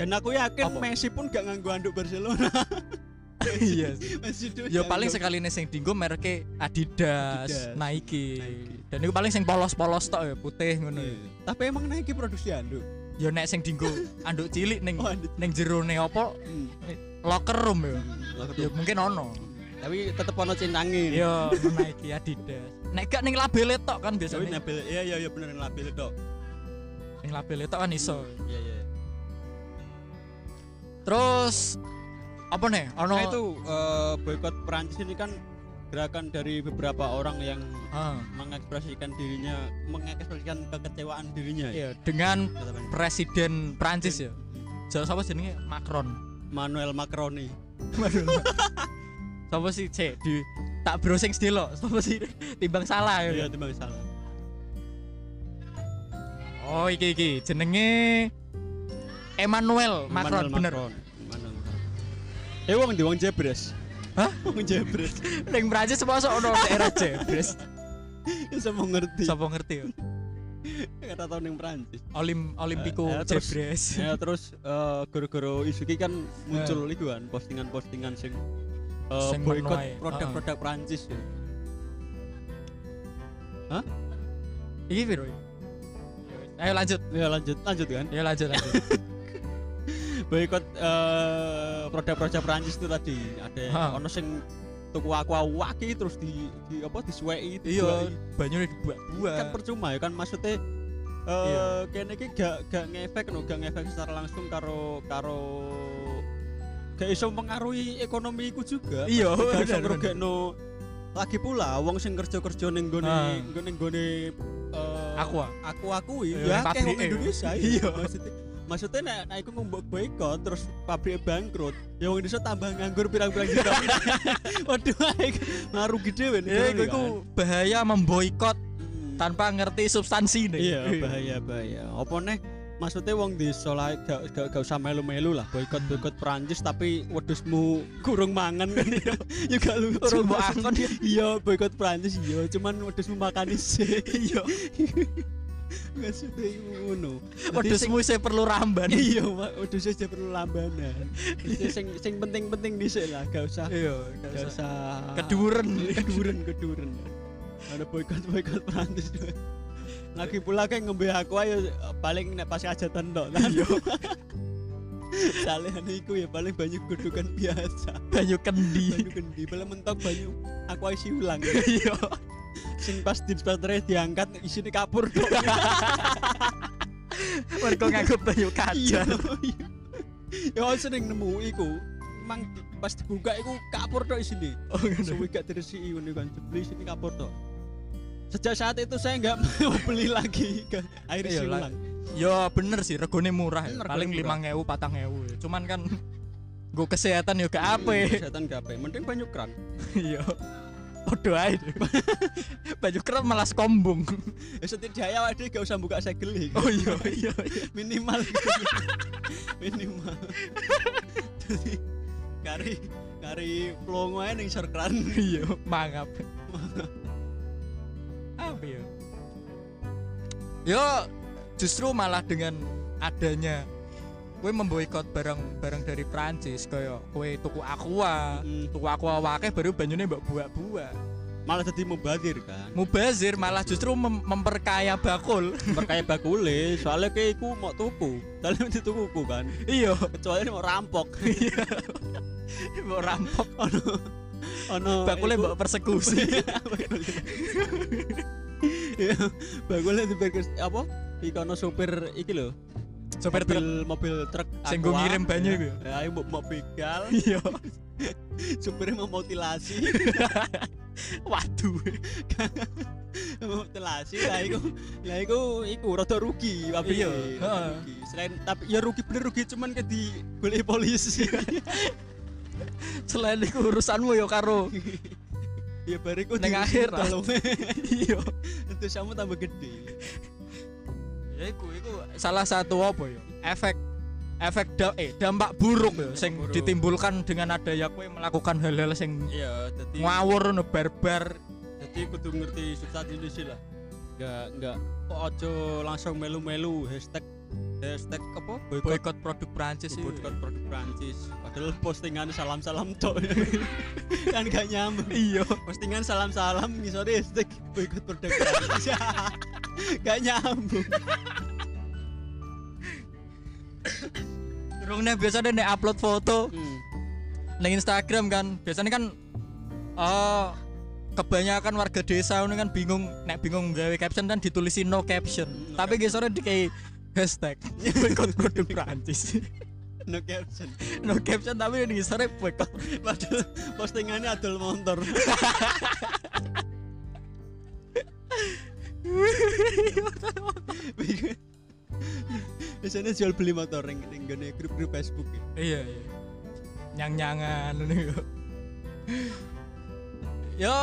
[SPEAKER 1] dan aku yakin
[SPEAKER 2] Apa?
[SPEAKER 1] Messi pun gak nganggu anduk Barcelona
[SPEAKER 2] Iya.
[SPEAKER 1] Masih duit
[SPEAKER 2] Ya paling
[SPEAKER 1] jangkung.
[SPEAKER 2] sekali sing dinggo merke
[SPEAKER 1] Adidas,
[SPEAKER 2] Adidas, Nike.
[SPEAKER 1] Nike.
[SPEAKER 2] Dan itu paling sing polos-polos tok ya putih ngono. ya.
[SPEAKER 1] Iya. Tapi emang naiki produksi anduk.
[SPEAKER 2] Ya nek sing dinggo anduk cilik ning
[SPEAKER 1] Oh, anduk.
[SPEAKER 2] ning jerone apa locker room ya.
[SPEAKER 1] Lah,
[SPEAKER 2] Ya
[SPEAKER 1] ketemu.
[SPEAKER 2] mungkin ono.
[SPEAKER 1] Tapi tetep ono cintangin.
[SPEAKER 2] Ya Nike Adidas. Nek gak ning label tok kan
[SPEAKER 1] Tapi
[SPEAKER 2] biasanya.
[SPEAKER 1] label iya iya iya bener label tok.
[SPEAKER 2] Ning label tok kan iso.
[SPEAKER 1] Iya iya.
[SPEAKER 2] Terus apa nih? Ono
[SPEAKER 1] Nah itu eh, boykot Perancis ini kan gerakan dari beberapa orang yang
[SPEAKER 2] Ah,
[SPEAKER 1] mengekspresikan dirinya, mengekspresikan kekecewaan dirinya. ya.
[SPEAKER 2] iya, dengan
[SPEAKER 1] Katakan
[SPEAKER 2] presiden Prancis ya. Jauh apa jenenge? Macron.
[SPEAKER 1] Manuel Macroni.
[SPEAKER 2] Sapa sih C di tak browsing sedelo. Sapa sih timbang salah
[SPEAKER 1] Iya
[SPEAKER 2] ya.
[SPEAKER 1] itu bang salah.
[SPEAKER 2] Oh iki iki jenenge Emmanuel Macron,
[SPEAKER 1] Manuel
[SPEAKER 2] bener.
[SPEAKER 1] Macron. Manuel Macron. Eh wong di wong jebres.
[SPEAKER 2] Hah?
[SPEAKER 1] Wong jebres.
[SPEAKER 2] Ning Prancis mosok ono daerah C. Bres.
[SPEAKER 1] Semua ngerti.
[SPEAKER 2] Sapa ngerti ya?
[SPEAKER 1] Kata tahun yang Perancis.
[SPEAKER 2] Olim
[SPEAKER 1] Eh,
[SPEAKER 2] Olimpico
[SPEAKER 1] eh, terus-
[SPEAKER 2] Jebres.
[SPEAKER 1] ya terus eh, gara-gara isu ini kan muncul itu kan postingan-postingan sing eh,
[SPEAKER 2] Ya. Sing
[SPEAKER 1] boykot
[SPEAKER 2] menuai,
[SPEAKER 1] produk-produk Prancis ya.
[SPEAKER 2] Iki piro? ya? Ayo lanjut.
[SPEAKER 1] Ya lanjut lanjut kan.
[SPEAKER 2] Ya lanjut lanjut.
[SPEAKER 1] boikot eh, produk-produk Prancis itu tadi ada
[SPEAKER 2] Ha.
[SPEAKER 1] ono sing tuku aqua waki terus di, di apa disuwei
[SPEAKER 2] Iya,
[SPEAKER 1] dibuahi.
[SPEAKER 2] banyune
[SPEAKER 1] kan
[SPEAKER 2] dibuat-buat.
[SPEAKER 1] percuma ya kan maksudnya eh
[SPEAKER 2] Iya.
[SPEAKER 1] kene iki gak gak ngefek no gak ngefek secara langsung karo karo gak iso mengaruhi ekonomiku juga
[SPEAKER 2] Iya,
[SPEAKER 1] gak iso
[SPEAKER 2] bener, bener.
[SPEAKER 1] ngerugekno lagi pula wong sing kerja-kerja ning gone
[SPEAKER 2] Ha.
[SPEAKER 1] gone gone eh,
[SPEAKER 2] Aku ah.
[SPEAKER 1] aku akui ya kayak
[SPEAKER 2] Iya, pabrike
[SPEAKER 1] wong
[SPEAKER 2] ya.
[SPEAKER 1] Indonesia
[SPEAKER 2] Iya.
[SPEAKER 1] maksudnya maksudnya nek nek aku ngomong boykot terus pabrik bangkrut ya wong Indonesia tambah nganggur pirang-pirang juta waduh aik ngarugi dhewe
[SPEAKER 2] Ya,
[SPEAKER 1] negara
[SPEAKER 2] iku
[SPEAKER 1] ini
[SPEAKER 2] iku
[SPEAKER 1] kan.
[SPEAKER 2] bahaya memboikot
[SPEAKER 1] Hmm.
[SPEAKER 2] tanpa ngerti substansi nih.
[SPEAKER 1] iya bahaya bahaya apa nih maksudnya wong desa lah gak, gak, gak usah melu-melu lah boykot boykot Perancis tapi wedusmu kurung mangan kan ya ya gak lucu
[SPEAKER 2] Kurung
[SPEAKER 1] maksudnya.
[SPEAKER 2] mangan, ya.
[SPEAKER 1] iya boykot Perancis iya cuman wedusmu makan sih iya maksudnya itu ngono Jadi
[SPEAKER 2] Wedhus muise perlu ramban.
[SPEAKER 1] iya Pak. udah saja perlu lambanan Itu sing sing penting-penting dhisik lah gak usah
[SPEAKER 2] Iya, gak
[SPEAKER 1] gak
[SPEAKER 2] usah.
[SPEAKER 1] usah Iya.
[SPEAKER 2] Keduren.
[SPEAKER 1] keduren keduren ada boykot boykot Prancis tuh lagi pula kayak ngombe aku ayo paling nek pas hajatan tok kan yo salihan iku ya paling banyak gudukan biasa
[SPEAKER 2] Banyu kendi.
[SPEAKER 1] banyu kendi paling mentok banyu aku isi ulang
[SPEAKER 2] Iya.
[SPEAKER 1] sing pas di starternya diangkat isine kapur tok
[SPEAKER 2] Mergo nganggo banyu kajar.
[SPEAKER 1] iya. ya aku sering nemu iku emang di- pas dibuka iku kapur tok isine
[SPEAKER 2] Oh, ngono.
[SPEAKER 1] suwi gak diresiki ngono kan dibeli sini kapur tok sejak saat itu saya nggak mau beli lagi ke air isi
[SPEAKER 2] Iya, lah.
[SPEAKER 1] ulang
[SPEAKER 2] Ya bener sih, regone murah. ya.
[SPEAKER 1] Hmm, regone
[SPEAKER 2] Paling
[SPEAKER 1] murah.
[SPEAKER 2] 5000 4000. ya. Cuman kan go kesehatan yo gak
[SPEAKER 1] Hmm,
[SPEAKER 2] ape.
[SPEAKER 1] kesehatan gak apa mending banyu keran
[SPEAKER 2] Iya. Podo ae. Banyu kerap malas kombung.
[SPEAKER 1] ya setidaknya awak dhewe gak usah buka segel iki.
[SPEAKER 2] Oh iya iya.
[SPEAKER 1] minimal minimal jadi kari kari plongo ae ning sor keran
[SPEAKER 2] Iya, mangap. Apa ya? Yo, justru malah dengan adanya kue memboikot barang-barang dari Prancis kayak kue tuku aqua,
[SPEAKER 1] Hmm,
[SPEAKER 2] tuku aqua wakeh baru banyune mbak buah-buah.
[SPEAKER 1] malah jadi mubazir kan
[SPEAKER 2] Mubazir malah justru mem- memperkaya bakul.
[SPEAKER 1] perkaya bakule soalnya kayak iku mau tuku soalnya mesti tukuku kan
[SPEAKER 2] iya,
[SPEAKER 1] kecuali mau rampok
[SPEAKER 2] mbak rampok.
[SPEAKER 1] ono ono
[SPEAKER 2] Bakule mbak Oh, persekusi.
[SPEAKER 1] Iya, bakule di burger apa? Iki ono supir iki lho,
[SPEAKER 2] Sopir
[SPEAKER 1] mobil
[SPEAKER 2] truk
[SPEAKER 1] mobil truk
[SPEAKER 2] Sing nggo
[SPEAKER 1] Aqua.
[SPEAKER 2] ngirim banyu iku.
[SPEAKER 1] Ya, ayo mbok mbok begal,
[SPEAKER 2] Iya,
[SPEAKER 1] supirnya mau mutilasi,
[SPEAKER 2] waduh.
[SPEAKER 1] mau mutilasi lah iku. Lah iku iku rada rugi tapi
[SPEAKER 2] Iya,
[SPEAKER 1] rada
[SPEAKER 2] heeh.
[SPEAKER 1] rugi. Selain tapi ya rugi bener rugi cuman ke di golek polisi.
[SPEAKER 2] Selain itu urusanmu yo karo.
[SPEAKER 1] ya bariku
[SPEAKER 2] Neng
[SPEAKER 1] diusir
[SPEAKER 2] akhirat.
[SPEAKER 1] tolong.
[SPEAKER 2] Iya.
[SPEAKER 1] Itu kamu tambah gede.
[SPEAKER 2] ya iku iku salah satu apa ya efek efek da- eh, dampak buruk ya sing
[SPEAKER 1] buruk.
[SPEAKER 2] ditimbulkan dengan adanya kowe melakukan hal-hal sing
[SPEAKER 1] Iya, dadi
[SPEAKER 2] ngawur no barbar
[SPEAKER 1] jadi kudu ngerti substansi ini sih lah nggak nggak kok ojo langsung melu-melu hashtag hashtag apa boykot
[SPEAKER 2] boykot produk Prancis itu.
[SPEAKER 1] boykot produk Prancis padahal postingan salam-salam tok kan gak nyambung
[SPEAKER 2] Iya.
[SPEAKER 1] postingan salam-salam ngisore hashtag boykot produk Prancis gak nyambung
[SPEAKER 2] Rungnya biasanya nek upload foto
[SPEAKER 1] Hmm,
[SPEAKER 2] neng Instagram kan. Biasanya kan eh kebanyakan warga desa ini kan bingung nek bingung gawe caption kan ditulisi no caption.
[SPEAKER 1] No
[SPEAKER 2] Tapi gesore dikei hashtag boykot produk Prancis.
[SPEAKER 1] no caption
[SPEAKER 2] no caption tapi ning gesore boykot.
[SPEAKER 1] padahal postingannya adol motor biasanya jual beli motor yang yang gini grup-grup Facebook ya.
[SPEAKER 2] iya iya nyang-nyangan ngono yo yo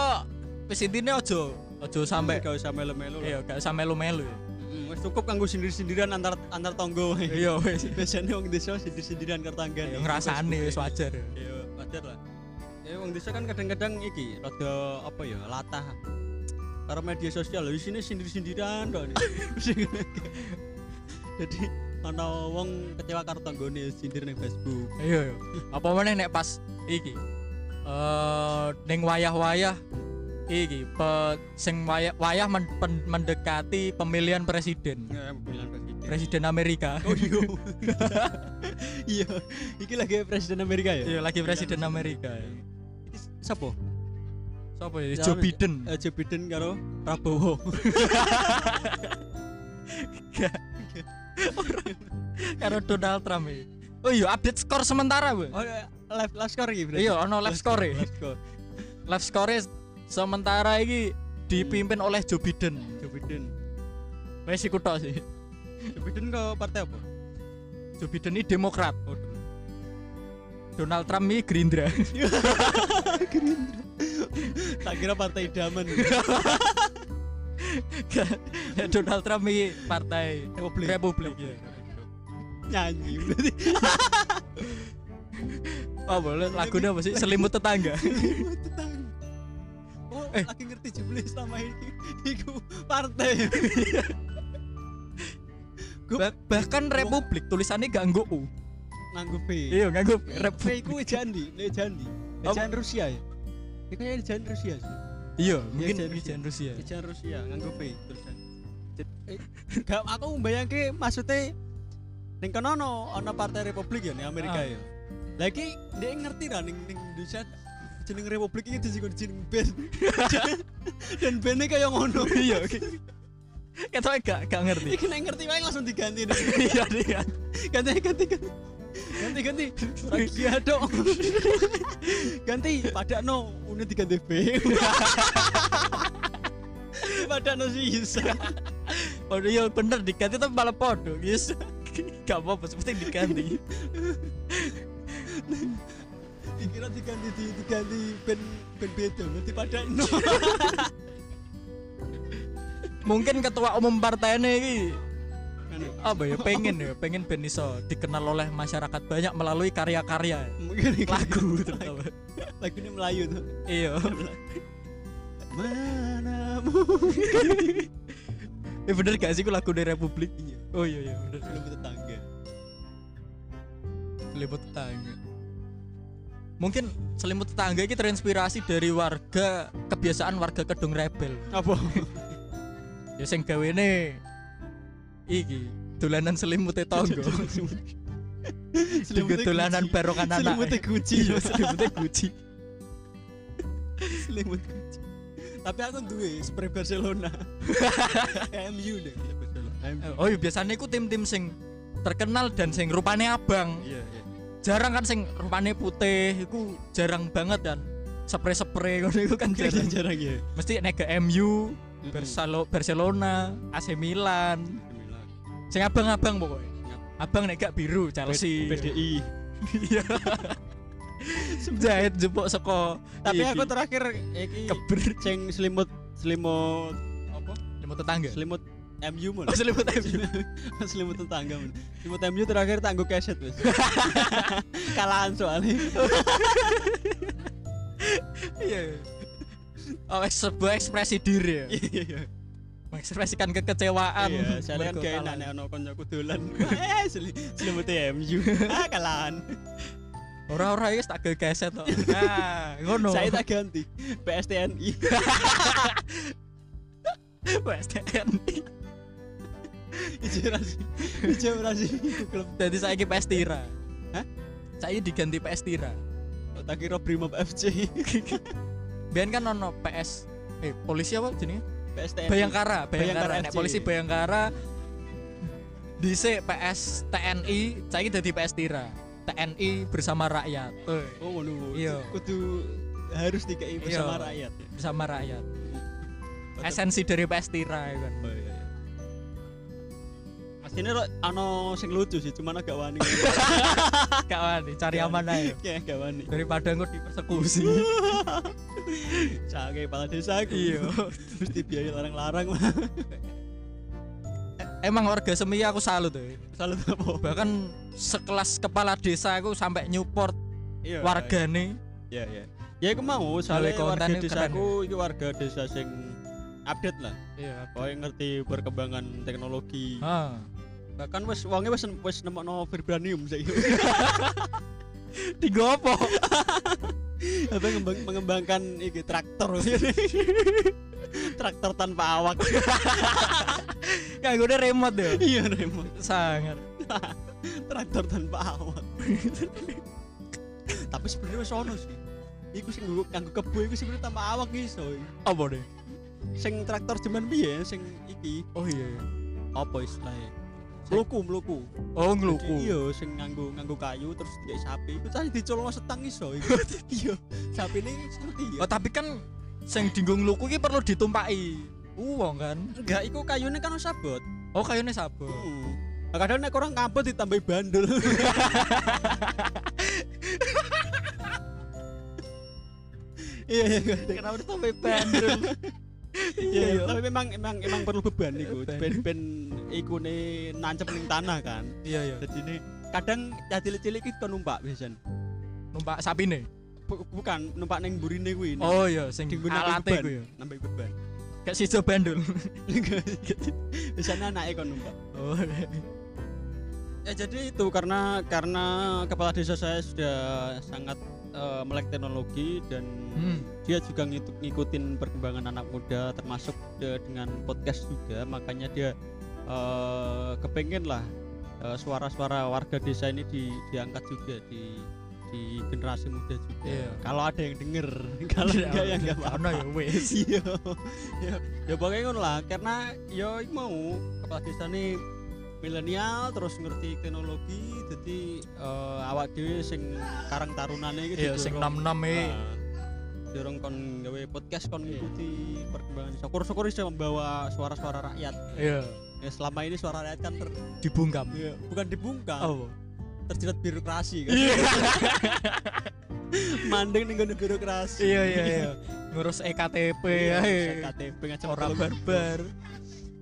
[SPEAKER 2] wis intine ojo ojo sampe
[SPEAKER 1] gak usah melo-melo lah.
[SPEAKER 2] iya gak usah melu-melu ya.
[SPEAKER 1] Hmm, wis cukup kanggo sindir-sindiran antar antar tonggo wae.
[SPEAKER 2] iya wis
[SPEAKER 1] biasanya wong desa sindir-sindiran karo tangga
[SPEAKER 2] Yo, Iya, ngrasani wis wajar ya.
[SPEAKER 1] ya wajar lah ya wong desa kan kadang-kadang iki rada apa ya latah karo media sosial di sini sindir-sindiran tok ini. jadi ana wong kecewa karo tanggone sindir ning Facebook
[SPEAKER 2] iya iya apa meneh nek pas iki eh ning wayah-wayah iki pe, sing wayah, wayah men- pen- mendekati pemilihan presiden
[SPEAKER 1] ya pemilihan presiden
[SPEAKER 2] presiden Amerika
[SPEAKER 1] oh iya iya iki lagi presiden Amerika ya
[SPEAKER 2] iya lagi presiden Amerika ya.
[SPEAKER 1] Iki sapa
[SPEAKER 2] Sopo ya Joe Biden
[SPEAKER 1] Eh, Joe Biden karo Prabowo
[SPEAKER 2] karo Donald Trump ya. Oh iya update skor sementara bu.
[SPEAKER 1] oh ya, live last score iki berarti
[SPEAKER 2] Iya ono live score
[SPEAKER 1] live score
[SPEAKER 2] Live score sementara iki dipimpin oleh Joe Biden.
[SPEAKER 1] Joe Biden
[SPEAKER 2] Wes iku tok sih.
[SPEAKER 1] Joe Biden ke partai apa
[SPEAKER 2] Joe Biden ini Demokrat,
[SPEAKER 1] oh,
[SPEAKER 2] Donald Trump ini Gerindra.
[SPEAKER 1] tak kira partai idaman
[SPEAKER 2] Donald Trump ini partai
[SPEAKER 1] Republik.
[SPEAKER 2] Republik. ya.
[SPEAKER 1] nyanyi berarti
[SPEAKER 2] Oh boleh lagunya apa sih? Selimut tetangga.
[SPEAKER 1] tetangga oh
[SPEAKER 2] Eh.
[SPEAKER 1] lagi ngerti jebule selama ini iku partai
[SPEAKER 2] Bah- bahkan Republik tulisannya gak nggo U.
[SPEAKER 1] nganggo B
[SPEAKER 2] Iya nganggo
[SPEAKER 1] B
[SPEAKER 2] Republik.
[SPEAKER 1] iku jandi le jandi
[SPEAKER 2] Apa?
[SPEAKER 1] ejaan Rusia ya iku ya ejaan Rusia sih
[SPEAKER 2] Iya mungkin ya.
[SPEAKER 1] Iya,
[SPEAKER 2] ejaan Rusia.
[SPEAKER 1] ejaan Rusia nganggo B tulisan Jed- eh, gak aku mbayangke maksudnya ning kono ono ono partai Republik ya ning Amerika
[SPEAKER 2] Ah.
[SPEAKER 1] ya lagi dia ngerti lah ning ning Indonesia jeneng Republik ini disinggung jeneng band dan bandnya kayak ngono
[SPEAKER 2] Iya. Ketoknya gak gak ngerti.
[SPEAKER 1] Iki nek ngerti wae langsung diganti. Dok.
[SPEAKER 2] Iya iya.
[SPEAKER 1] Ganti ganti ganti. Ganti ganti. Ragia dong. ganti pada no unit diganti B. pada no sih bisa.
[SPEAKER 2] Oh iya bener diganti tapi malah podo yes. Gak apa-apa seperti diganti.
[SPEAKER 1] Dikira diganti di, diganti ben ben beda nanti pada Kan? no.
[SPEAKER 2] Mungkin ketua umum partainya ini apa ya pengen ya pengen ben iso dikenal oleh masyarakat banyak melalui karya-karya
[SPEAKER 1] Mungkin iki-
[SPEAKER 2] lagu terutama.
[SPEAKER 1] lagu ini Melayu tuh.
[SPEAKER 2] Iya.
[SPEAKER 1] Mana
[SPEAKER 2] Eh bener gak sih ku lagu dari Republik?
[SPEAKER 1] Iya.
[SPEAKER 2] Oh iya iya bener.
[SPEAKER 1] Lagu tetangga.
[SPEAKER 2] Selimut tetangga. Mungkin selimut tetangga ini terinspirasi dari warga kebiasaan warga Kedung Rebel.
[SPEAKER 1] Apa?
[SPEAKER 2] Oh, Ya sing gawene iki dolanan selimut tangga. Selimut dolanan barokan anak.
[SPEAKER 1] Selimutnya Gucci.
[SPEAKER 2] Iya, selimutnya Gucci.
[SPEAKER 1] selimut kucing. Tapi aku duwe spray Barcelona. MU deh spray Barcelona. MU.
[SPEAKER 2] Oh iya, biasanya iku tim-tim sing terkenal dan sing rupane abang.
[SPEAKER 1] Iya, iya.
[SPEAKER 2] Jarang kan sing rupane putih, iku jarang banget dan spray-spray ngono iku kan jarang.
[SPEAKER 1] jarang ya.
[SPEAKER 2] Mesti nek ke MU, Bersalo- Barcelona, AC Milan, sing abang-abang pokoknya.
[SPEAKER 1] Iya.
[SPEAKER 2] Abang nek gak biru Chelsea.
[SPEAKER 1] PDI.
[SPEAKER 2] Iya. Jahit jebok saka
[SPEAKER 1] Tapi
[SPEAKER 2] iki,
[SPEAKER 1] aku terakhir iki
[SPEAKER 2] keber
[SPEAKER 1] ceng selimut selimut apa?
[SPEAKER 2] lemot tetangga.
[SPEAKER 1] Selimut MU mun.
[SPEAKER 2] Oh, Iya. selimut MU.
[SPEAKER 1] selimut tetangga mun. Selimut MU terakhir tanggo keset wis. Kalahan soalnya.
[SPEAKER 2] Iya. Oh, eks- sebuah ekspresi diri ya.
[SPEAKER 1] Iya.
[SPEAKER 2] mengekspresikan kekecewaan
[SPEAKER 1] Iya, saya kan
[SPEAKER 2] Ah, mergo
[SPEAKER 1] gak
[SPEAKER 2] kalah.
[SPEAKER 1] enak nek ana koncoku dolan. Eh, selimute MU. Ah, kalahan.
[SPEAKER 2] Ora-ora wis tak gawe keset to. Nah, ngono.
[SPEAKER 1] Saya Iya. tak ganti PSTNI.
[SPEAKER 2] PSTN.
[SPEAKER 1] Ijo rasi. Ijo rasi. Klub
[SPEAKER 2] Dadi saiki PS Tira.
[SPEAKER 1] Hah?
[SPEAKER 2] Saiki diganti PS Tira.
[SPEAKER 1] tak kira Brimob FC.
[SPEAKER 2] Biyen kan ono PS eh polisi apa jenenge?
[SPEAKER 1] PSTNI. Bayangkara
[SPEAKER 2] Bayangkara, Bayangkara. Nek
[SPEAKER 1] FC.
[SPEAKER 2] polisi Bayangkara dhisik PS TNI, saiki dadi PS Tira. TNI bersama rakyat. Eh,
[SPEAKER 1] Oh, ngono.
[SPEAKER 2] Iya.
[SPEAKER 1] Kudu harus dikei bersama
[SPEAKER 2] Iya.
[SPEAKER 1] rakyat.
[SPEAKER 2] bersama rakyat. Esensi dari PS Tira ya kan.
[SPEAKER 1] Oh, iya, iya. Aslinya lo ano sing lucu sih, cuman agak wani.
[SPEAKER 2] Gak wani, cari aman aja.
[SPEAKER 1] Kayak agak wani.
[SPEAKER 2] Daripada engko dipersekusi.
[SPEAKER 1] Sange kepala desa aku. Terus dibiayai larang-larang.
[SPEAKER 2] Emang warga Semia aku salut tuh.
[SPEAKER 1] Salut apa?
[SPEAKER 2] Bahkan sekelas kepala desa aku sampai nyupport
[SPEAKER 1] Iya.
[SPEAKER 2] wargane.
[SPEAKER 1] Iya, iya. Ya iku mau soalnya
[SPEAKER 2] Soalnya konten
[SPEAKER 1] warga
[SPEAKER 2] itu
[SPEAKER 1] desaku iki warga desa sing update lah.
[SPEAKER 2] Iya.
[SPEAKER 1] Kowe ngerti perkembangan teknologi.
[SPEAKER 2] Ah.
[SPEAKER 1] Bahkan wis wonge wis wis nemokno vibranium saiki.
[SPEAKER 2] Digopo.
[SPEAKER 1] Apa ngembang- mengembangkan iki traktor. traktor tanpa awak.
[SPEAKER 2] Kayak gue remote ya. deh.
[SPEAKER 1] iya, Remo.
[SPEAKER 2] Sangat.
[SPEAKER 1] traktor tanpa awak. Tapi sebenarnya wis ono sih. Iku sing nggo kanggo kebo iku sebenarnya tanpa awak iso.
[SPEAKER 2] Apa deh?
[SPEAKER 1] Sing traktor jaman piye sing iki
[SPEAKER 2] Oh iya. iya.
[SPEAKER 1] apa istilahnya? Mluku, mluku.
[SPEAKER 2] Oh
[SPEAKER 1] Jadi,
[SPEAKER 2] ngeluku.
[SPEAKER 1] Iya, sing nganggo nganggo kayu terus kayak sapi. Iku tadi dicolong setang iso. iku. Iya, sapi ini seperti ya.
[SPEAKER 2] Oh tapi kan sing dinggo ngeluku iki perlu ditumpaki. Uang kan.
[SPEAKER 1] Enggak, iku kayunya kan wis sabot.
[SPEAKER 2] Oh kayune sabo.
[SPEAKER 1] Hmm. Nah, kadang nek orang kampung ditambahi bandel. Iya, iya, iya.
[SPEAKER 2] Kenapa ditambahi bandrul?
[SPEAKER 1] Iya, iya. Tapi memang emang emang perlu beban iku.
[SPEAKER 2] Beban.
[SPEAKER 1] Ben-ben iku ne nancep ning tanah kan.
[SPEAKER 2] Iya iya.
[SPEAKER 1] Jadi ini kadang ya cilik-cilik iki kan numpak biasanya.
[SPEAKER 2] Numpak sapine.
[SPEAKER 1] Bu- Bukan numpak ning burine kuwi. ning-
[SPEAKER 2] Oh iya sing
[SPEAKER 1] digunakan
[SPEAKER 2] alate
[SPEAKER 1] beban.
[SPEAKER 2] ku ya.
[SPEAKER 1] Nambahi beban.
[SPEAKER 2] Kayak sido bandul.
[SPEAKER 1] Biasanya anaknya kan numpak.
[SPEAKER 2] Oh. iya.
[SPEAKER 1] Ya jadi itu karena karena kepala desa saya sudah sangat eh, melek teknologi dan
[SPEAKER 2] Hmm.
[SPEAKER 1] dia juga ngitu- ngikutin perkembangan anak muda termasuk eh, dengan podcast juga makanya dia eh, kepengen lah eh, suara-suara warga desa ini di- diangkat juga di di generasi muda juga.
[SPEAKER 2] Iya.
[SPEAKER 1] Kalau ada yang denger, kalau enggak ya enggak apa-apa.
[SPEAKER 2] Ono ya wis.
[SPEAKER 1] Iya. ya, ya pokoknya ngono lah karena ya iku mau kepala desa ini milenial terus ngerti teknologi jadi eh, awak dhewe sing karang tarunane iki
[SPEAKER 2] Iya sing
[SPEAKER 1] didorong.
[SPEAKER 2] 66 e.
[SPEAKER 1] Nah, dorong kon gawe podcast kon ngikuti perkembangan syukur-syukur bisa membawa suara-suara rakyat
[SPEAKER 2] Iya,
[SPEAKER 1] ya selama ini suara rakyat kan ter-
[SPEAKER 2] dibungkam.
[SPEAKER 1] ya, bukan dibungkam
[SPEAKER 2] Oh.
[SPEAKER 1] terjerat birokrasi kan
[SPEAKER 2] Iya.
[SPEAKER 1] mandeng nih nggon birokrasi
[SPEAKER 2] Iya iya iya. Ngurus EKTP ya.
[SPEAKER 1] Iya, KTP ngajak
[SPEAKER 2] Ora barbar.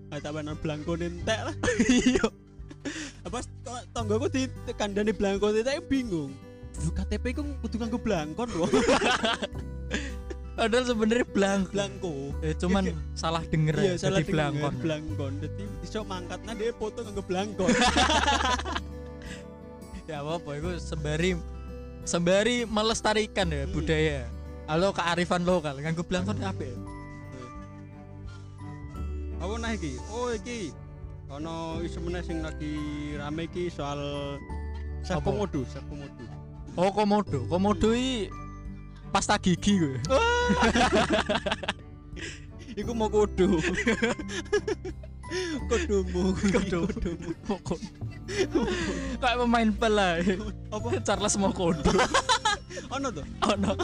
[SPEAKER 1] ngajak benar belangko nentek lah
[SPEAKER 2] Iya.
[SPEAKER 1] apa to- tonggoku di kandani belangko nentek bingung Lu KTP ku kudu nganggo blangkon lho.
[SPEAKER 2] Padahal sebenarnya blank.
[SPEAKER 1] Blangko.
[SPEAKER 2] Eh cuman salah denger ya,
[SPEAKER 1] Iya, salah
[SPEAKER 2] jadi
[SPEAKER 1] dengar,
[SPEAKER 2] blangkon.
[SPEAKER 1] Blangkon. Dadi iso mangkatna dia foto nganggo blangkon.
[SPEAKER 2] Ya apa itu sembari sembari melestarikan ya
[SPEAKER 1] Hmm.
[SPEAKER 2] budaya. Halo kearifan lokal nganggo blangkon apik.
[SPEAKER 1] Apa nah iki? Oh iki. Ono isu meneh sing lagi rame iki soal Chef
[SPEAKER 2] Apa?
[SPEAKER 1] Komodo, Chef Komodo.
[SPEAKER 2] Oh komodo, komodo i pasta gigi gue.
[SPEAKER 1] Iku mau kodo. Kodomu,
[SPEAKER 2] Kodo.
[SPEAKER 1] kodomu.
[SPEAKER 2] Kayak pemain bal lah.
[SPEAKER 1] Apa?
[SPEAKER 2] Charles Mokodo.
[SPEAKER 1] Ono to?
[SPEAKER 2] Oh no,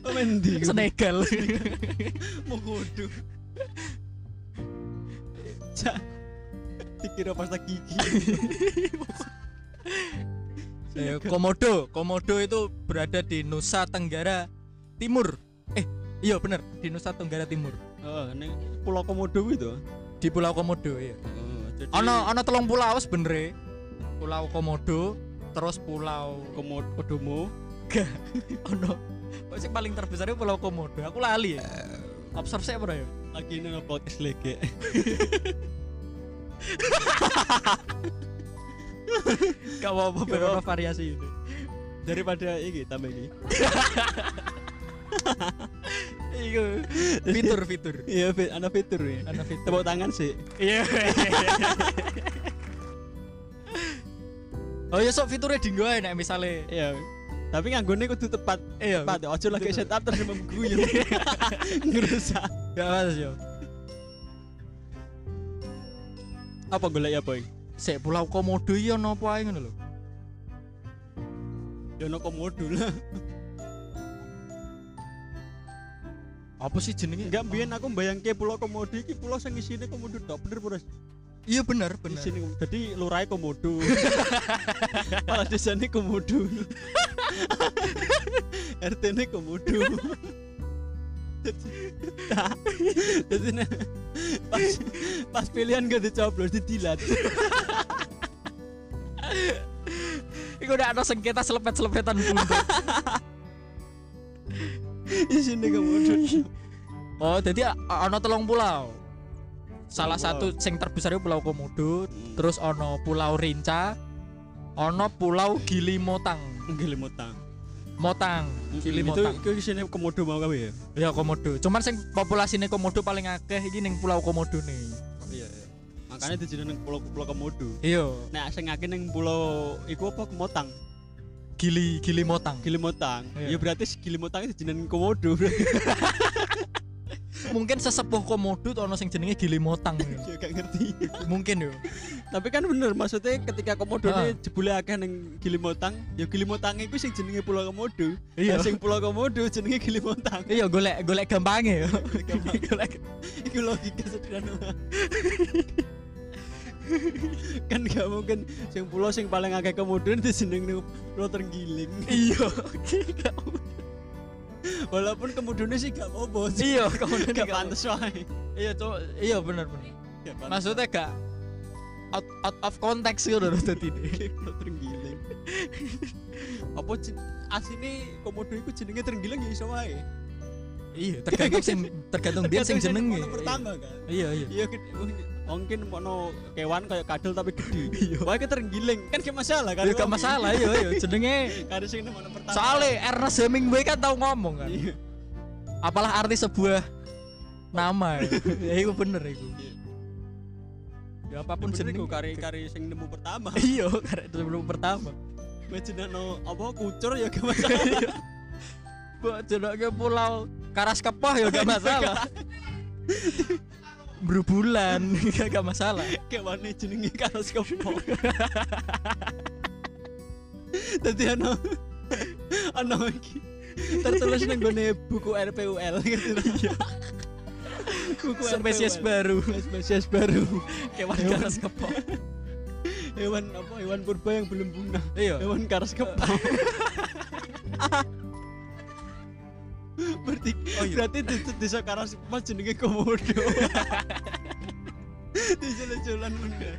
[SPEAKER 1] Pemain ndi? iku?
[SPEAKER 2] Senegal.
[SPEAKER 1] mau kudu cak dikira pasta gigi
[SPEAKER 2] Eh,
[SPEAKER 1] Iya.
[SPEAKER 2] Komodo, Komodo itu berada di Nusa Tenggara Timur. Eh, iya bener, di Nusa Tenggara Timur.
[SPEAKER 1] oh, ini pulau komodo itu
[SPEAKER 2] Di Pulau Komodo ya.
[SPEAKER 1] oh, jadi
[SPEAKER 2] Ono ono telung pulau wis bener. e. Pulau Komodo, terus pulau
[SPEAKER 1] komodomo
[SPEAKER 2] Eh. ono. Kok sing paling terbesar itu Pulau Komodo. Aku lali ya. Observe saya bro ya.
[SPEAKER 1] lagi ini no podcast lagi
[SPEAKER 2] Gak apa-apa
[SPEAKER 1] Gak
[SPEAKER 2] berono
[SPEAKER 1] apa-apa.
[SPEAKER 2] variasi ini.
[SPEAKER 1] daripada ini tambah ini
[SPEAKER 2] Iya. Fitur fitur.
[SPEAKER 1] iya fit ada fitur ya
[SPEAKER 2] Ada fitur.
[SPEAKER 1] tepuk tangan sih
[SPEAKER 2] Iya. Oh ya sok fiturnya dinggo ae nek misale.
[SPEAKER 1] iya tapi nganggonya kudu tepat
[SPEAKER 2] Iya.
[SPEAKER 1] tepat ojo lagi
[SPEAKER 2] betul.
[SPEAKER 1] setup terus mengguyu ngerusak
[SPEAKER 2] Gak iya. apa yo.
[SPEAKER 1] apa golek ya boy
[SPEAKER 2] Sik pulau komodo iki ono apa ae ngono lho.
[SPEAKER 1] Yono Ya, komodo lah
[SPEAKER 2] Apa sih jenenge?
[SPEAKER 1] enggak biyen aku bayangke pulau komodo iki pulau sing isine komodo tok bener bener
[SPEAKER 2] Iya bener bener.
[SPEAKER 1] isine komodo. jadi lurai komodo malah desane komodo RT ne komodo jadi nah, pas, pas pilihan gak dicoblos didilat
[SPEAKER 2] Iku udah ada sengketa selepet-selepetan buntut.
[SPEAKER 1] isine komodo
[SPEAKER 2] oh, jadi a- ono telung pulau. Salah
[SPEAKER 1] Telung
[SPEAKER 2] satu sing terbesar itu Pulau Komodo, terus ono Pulau Rinca, ono Pulau Gili Motang.
[SPEAKER 1] nggih motang
[SPEAKER 2] Motang, Gili
[SPEAKER 1] Hmm, itu
[SPEAKER 2] Motang.
[SPEAKER 1] itu isine komodo mau kawe ya
[SPEAKER 2] Ya Komodo. Cuman sing populasine Komodo paling akeh iki ning Pulau Komodo nih.
[SPEAKER 1] iya makanya dijenengi pulau pulau komodo
[SPEAKER 2] Iya,
[SPEAKER 1] Nek sing akeh ning pulau iku apa Kemotang,
[SPEAKER 2] Gili Gili Motang.
[SPEAKER 1] Gilimotang. Ya
[SPEAKER 2] Iya.
[SPEAKER 1] berarti si Gilimotang itu jeneng komodo.
[SPEAKER 2] Mungkin sesepuh Komodo tuh ono sing jenenge Gili Motang.
[SPEAKER 1] ya gak ngerti.
[SPEAKER 2] Mungkin yo.
[SPEAKER 1] Tapi kan bener maksudnya ketika komodo
[SPEAKER 2] Ah.
[SPEAKER 1] ini jebule akeh ning Gilimotang, ya Gilimotang iku sing jenenge pulau komodo.
[SPEAKER 2] Iya.
[SPEAKER 1] Nah, sing pulau komodo jenenge Gilimotang.
[SPEAKER 2] Iya golek golek gampangnya yo. Golek
[SPEAKER 1] iku logika sederhana. kan gak mungkin sing pulau sing paling akeh komodo itu jeneng ning pulau Terenggiling.
[SPEAKER 2] Iya.
[SPEAKER 1] Walaupun komodone sih gak apa-apa. sih.
[SPEAKER 2] Iya, kemudian
[SPEAKER 1] Gak
[SPEAKER 2] gak-
[SPEAKER 1] pantes wae.
[SPEAKER 2] Iya, cowok. Iya, benar benar.
[SPEAKER 1] Gak pantes.
[SPEAKER 2] Maksudnya gak out, out of context gitu loh tadi ini.
[SPEAKER 1] Keplo Trenggiling. Apa jen- asline komodo iku jenenge Trenggiling ya iso wae.
[SPEAKER 2] Iya, tergantung sing tergantung dia sing
[SPEAKER 1] Tergantung
[SPEAKER 2] jenenge.
[SPEAKER 1] kono Pertama kan.
[SPEAKER 2] Iya, iya.
[SPEAKER 1] Iya ged- wong- mungkin mono kewan kayak kadal tapi gede. Wae ke Trenggiling kan gak masalah kan.
[SPEAKER 2] Iya, gak masalah, iya, iya. Jenenge
[SPEAKER 1] Karo sing mono pertama.
[SPEAKER 2] soalnya Ernest Hemingway kan tahu ngomong kan.
[SPEAKER 1] Iya.
[SPEAKER 2] Apalah arti sebuah nama. ya. Ya itu bener itu. Ya apapun
[SPEAKER 1] Pun jeneng
[SPEAKER 2] jenenge
[SPEAKER 1] kari-kari sing nemu pertama.
[SPEAKER 2] Iya, karena itu belum pertama.
[SPEAKER 1] Imagine apa kucur ya gak masalah.
[SPEAKER 2] Iya. Buat jenenge pulau Karas Kepoh ya gak masalah. Berbulan gak, gak masalah.
[SPEAKER 1] Kewane jenenge karo skopo. Dadi ana ana iki tertulis nang gone buku RPUL gitu. buku
[SPEAKER 2] Iya. Spesies
[SPEAKER 1] RPUL.
[SPEAKER 2] baru.
[SPEAKER 1] spesies baru
[SPEAKER 2] Kewan
[SPEAKER 1] Hewan.
[SPEAKER 2] garas kepok.
[SPEAKER 1] hewan apa hewan purba yang belum punah
[SPEAKER 2] Iya.
[SPEAKER 1] hewan karas kepala berarti
[SPEAKER 2] Oh iya.
[SPEAKER 1] berarti di di desa karas kepala jenenge komodo di jalan-jalan bunda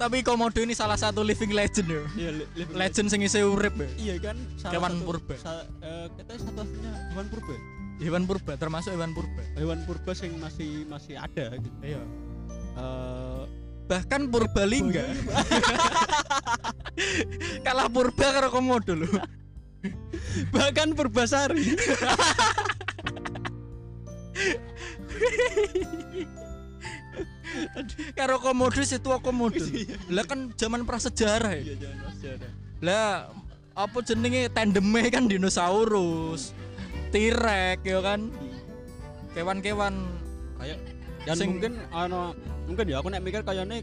[SPEAKER 2] Tapi komodo ini salah satu living legend ya.
[SPEAKER 1] Iya, le- le-
[SPEAKER 2] Legend sing isih urip ya.
[SPEAKER 1] Iya kan salah
[SPEAKER 2] Hewan
[SPEAKER 1] satu-
[SPEAKER 2] purba.
[SPEAKER 1] sa- eh, Kita satu-satunya hewan purba.
[SPEAKER 2] Hewan purba termasuk hewan purba.
[SPEAKER 1] Hewan purba yang masih masih ada gitu.
[SPEAKER 2] Iya.
[SPEAKER 1] Eh,
[SPEAKER 2] Bahkan purbalingga. Kalah purba karo komodo lho.
[SPEAKER 1] bahkan purbasari.
[SPEAKER 2] Karo komodo si tua komodo. Lah kan zaman prasejarah
[SPEAKER 1] Iya
[SPEAKER 2] ya.
[SPEAKER 1] jangan masih ada.
[SPEAKER 2] Lah apa jenenge tandeme kan dinosaurus. T-Rex ya kan.
[SPEAKER 1] Iya.
[SPEAKER 2] Kewan-kewan
[SPEAKER 1] Kayak dan
[SPEAKER 2] Eh, Sing-
[SPEAKER 1] mungkin ana mungkin ya aku nek mikir kayaknya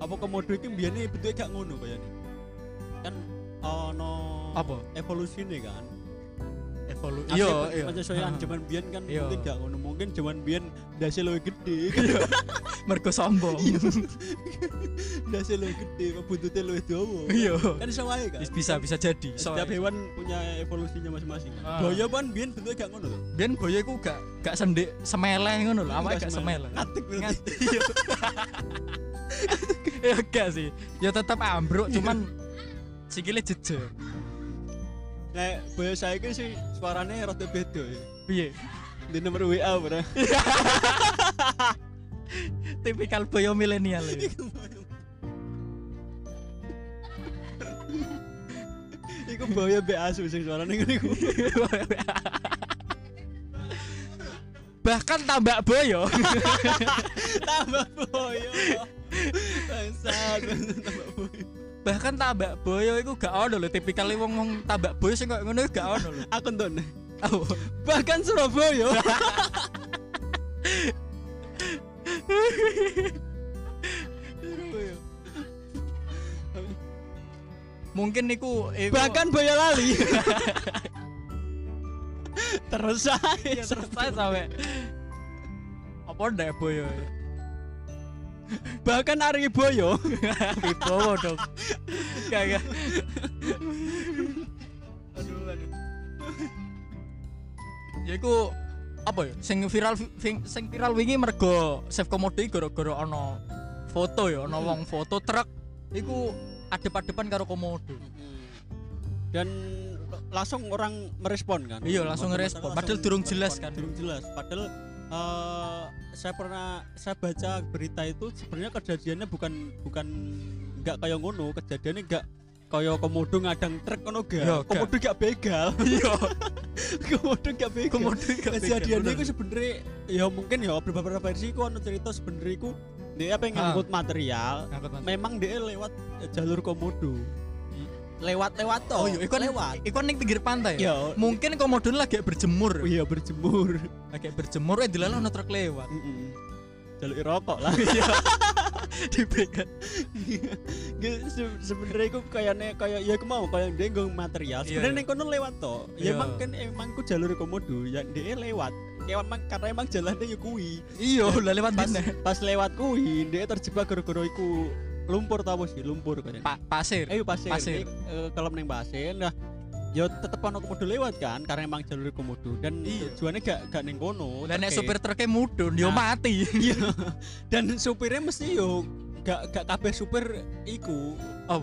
[SPEAKER 1] apa komodo iki mbiyene bentuke gak ngono kayaknya. Kan ana
[SPEAKER 2] apa?
[SPEAKER 1] evolusine kan.
[SPEAKER 2] Evolu.
[SPEAKER 1] Asli
[SPEAKER 2] Iya,
[SPEAKER 1] men-
[SPEAKER 2] iya.
[SPEAKER 1] Menyesuaikan
[SPEAKER 2] Ha.
[SPEAKER 1] zaman biyen kan
[SPEAKER 2] Iya.
[SPEAKER 1] mungkin gak ngono. Mungkin zaman biyen ndase luwih gede.
[SPEAKER 2] mergo sombong.
[SPEAKER 1] Ndase luwih gede, buntute luwih dawa.
[SPEAKER 2] Iya.
[SPEAKER 1] Kan iso wae kan.
[SPEAKER 2] Bisa bisa jadi.
[SPEAKER 1] Setiap
[SPEAKER 2] Soalnya
[SPEAKER 1] hewan punya evolusinya masing-masing.
[SPEAKER 2] Ah.
[SPEAKER 1] Buaya kan biyen bentuknya gak ngono lho.
[SPEAKER 2] biyen boyo iku gak gak sendek semeleh ngono lho, awake gak
[SPEAKER 1] Nggak
[SPEAKER 2] semeleh.
[SPEAKER 1] Ngatik berarti.
[SPEAKER 2] Ngat- iya. Ya gak sih. Ya tetap ambruk cuman sikile jejeg.
[SPEAKER 1] Nek buaya saiki sih suarane rada beda ya.
[SPEAKER 2] Piye?
[SPEAKER 1] di nomor WA bro
[SPEAKER 2] tipikal boyo milenial ya.
[SPEAKER 1] Iku bawa be asu sing suarane ngene iku.
[SPEAKER 2] bahkan tambak boyo
[SPEAKER 1] Tambah boyo. Bangsat, tambah boyo.
[SPEAKER 2] bahkan tambak boyo itu gak ono lho tipikal wong wong tambak boyo sing koyo ngono iku gak ono lho
[SPEAKER 1] Aku nton.
[SPEAKER 2] Apa?
[SPEAKER 1] Bahkan Surabaya.
[SPEAKER 2] mungkin niku iku-
[SPEAKER 1] Bahkan Boyolali. Terus ae.
[SPEAKER 2] ya terus ae sampe apa ndek boyo
[SPEAKER 1] Bahkan Ari Boyo.
[SPEAKER 2] Wibowo dong gak gak
[SPEAKER 1] Aduh, aduh.
[SPEAKER 2] ya iku apa ya sing viral sing, sing viral wingi mergo save komodi gara-gara ono foto ya ono wong foto truk iku adep-adepan karo komodo
[SPEAKER 1] Dan langsung orang merespon kan?
[SPEAKER 2] Iya, langsung
[SPEAKER 1] Masyarakat
[SPEAKER 2] ngerespon.
[SPEAKER 1] langsung
[SPEAKER 2] Padahal durung jelas
[SPEAKER 1] merespon,
[SPEAKER 2] kan?
[SPEAKER 1] Durung jelas. Padahal eh, saya pernah saya baca berita itu sebenarnya kejadiannya bukan bukan nggak kayak ngono, kejadiannya nggak kayak komodo ngadang truk ngono ga.
[SPEAKER 2] Iya, ga.
[SPEAKER 1] Komodo gak begal.
[SPEAKER 2] iya
[SPEAKER 1] komodo gak begal.
[SPEAKER 2] komodo gak beda,
[SPEAKER 1] kejadiannya
[SPEAKER 2] bener.
[SPEAKER 1] itu sebenarnya ya mungkin ya beberapa versi ku ono cerita sebenarnya ku dia pengen
[SPEAKER 2] Ah.
[SPEAKER 1] ngikut material
[SPEAKER 2] Ngangkut mas-
[SPEAKER 1] memang dia lewat jalur komodo lewat lewat toh
[SPEAKER 2] Hmm. oh iya iku lewat iku ning pinggir pantai ya
[SPEAKER 1] ya
[SPEAKER 2] mungkin komodo lagi berjemur
[SPEAKER 1] iya berjemur
[SPEAKER 2] lagi berjemur eh dilalah ono truk lewat
[SPEAKER 1] jalur rokok lah
[SPEAKER 2] di pinggir
[SPEAKER 1] Gitu, se- sebenarnya aku kayaknya kayak ya aku mau kayak dia nggo material
[SPEAKER 2] Iya,
[SPEAKER 1] sebenarnya
[SPEAKER 2] iya.
[SPEAKER 1] neng kono lewat toh ya
[SPEAKER 2] Iya.
[SPEAKER 1] emang kan emang ku jalur komodo ya dia lewat ya emang karena emang jalannya ya kui
[SPEAKER 2] iya lah lewat
[SPEAKER 1] pas
[SPEAKER 2] mana
[SPEAKER 1] pas lewat kui dia terjebak gara-gara iku lumpur tau apa sih lumpur kayaknya
[SPEAKER 2] Pa- pasir
[SPEAKER 1] Ayo pasir.
[SPEAKER 2] Pasir.
[SPEAKER 1] Pasir. kalau eh, neng pasir, nah ya tetep ono komodo lewat kan karena emang jalur komodo dan
[SPEAKER 2] Iya.
[SPEAKER 1] tujuannya gak gak neng kono.
[SPEAKER 2] lah nek
[SPEAKER 1] terkait.
[SPEAKER 2] sopir truknya mudun yo
[SPEAKER 1] Nah.
[SPEAKER 2] mati
[SPEAKER 1] Iya. dan supirnya mesti yo gak gak kabeh supir iku
[SPEAKER 2] oh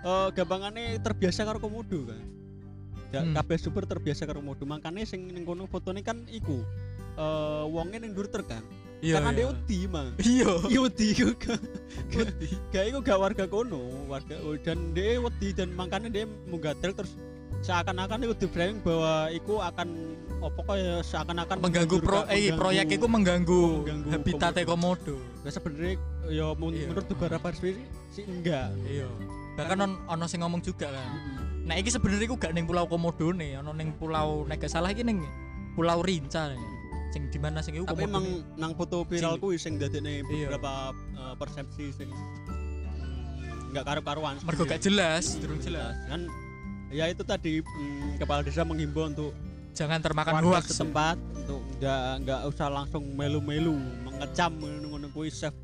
[SPEAKER 1] eh gampangane terbiasa karo komodo kan. Gak
[SPEAKER 2] Hmm.
[SPEAKER 1] kabeh supir terbiasa karo komodo. Makanya sing neng kono fotone kan iku. Eh wongnya neng durter kan.
[SPEAKER 2] iya
[SPEAKER 1] karena
[SPEAKER 2] iya.
[SPEAKER 1] dia uti mang.
[SPEAKER 2] iya
[SPEAKER 1] Iya wedi iku gak gak iku gak warga kono, warga oh, dan dia wedi dan makanya dia munggah truk terus seakan-akan itu di framing bahwa iku akan apa kaya seakan-akan
[SPEAKER 2] mengganggu
[SPEAKER 1] menjurka-
[SPEAKER 2] pro eh
[SPEAKER 1] mengganggu-
[SPEAKER 2] proyek itu mengganggu,
[SPEAKER 1] mengganggu
[SPEAKER 2] habitat komodo.
[SPEAKER 1] Nah, sebenarnya ya mun-
[SPEAKER 2] Iya.
[SPEAKER 1] menurut beberapa versi sih enggak.
[SPEAKER 2] Iya. Bahkan on, ono sing ngomong juga kan. Nah, iki sebenarnya iku gak ning pulau komodo nih, ono ning pulau nek gak salah iki ning pulau Rinca nih. Sing di mana sing iku
[SPEAKER 1] Tapi emang
[SPEAKER 2] komodone.
[SPEAKER 1] nang foto viral
[SPEAKER 2] Sing-
[SPEAKER 1] kuwi sing dadekne
[SPEAKER 2] Iya.
[SPEAKER 1] beberapa eh, persepsi sing enggak Mm. karu-karuan.
[SPEAKER 2] mergo
[SPEAKER 1] sebenarnya.
[SPEAKER 2] gak jelas,
[SPEAKER 1] Hmm,
[SPEAKER 2] durung jelas.
[SPEAKER 1] Kan ya itu tadi mm, kepala desa menghimbau untuk
[SPEAKER 2] Jangan termakan
[SPEAKER 1] warga
[SPEAKER 2] hoax.
[SPEAKER 1] setempat untuk nggak nggak usah langsung melu-melu mengecam ngono-ngono kuwi chef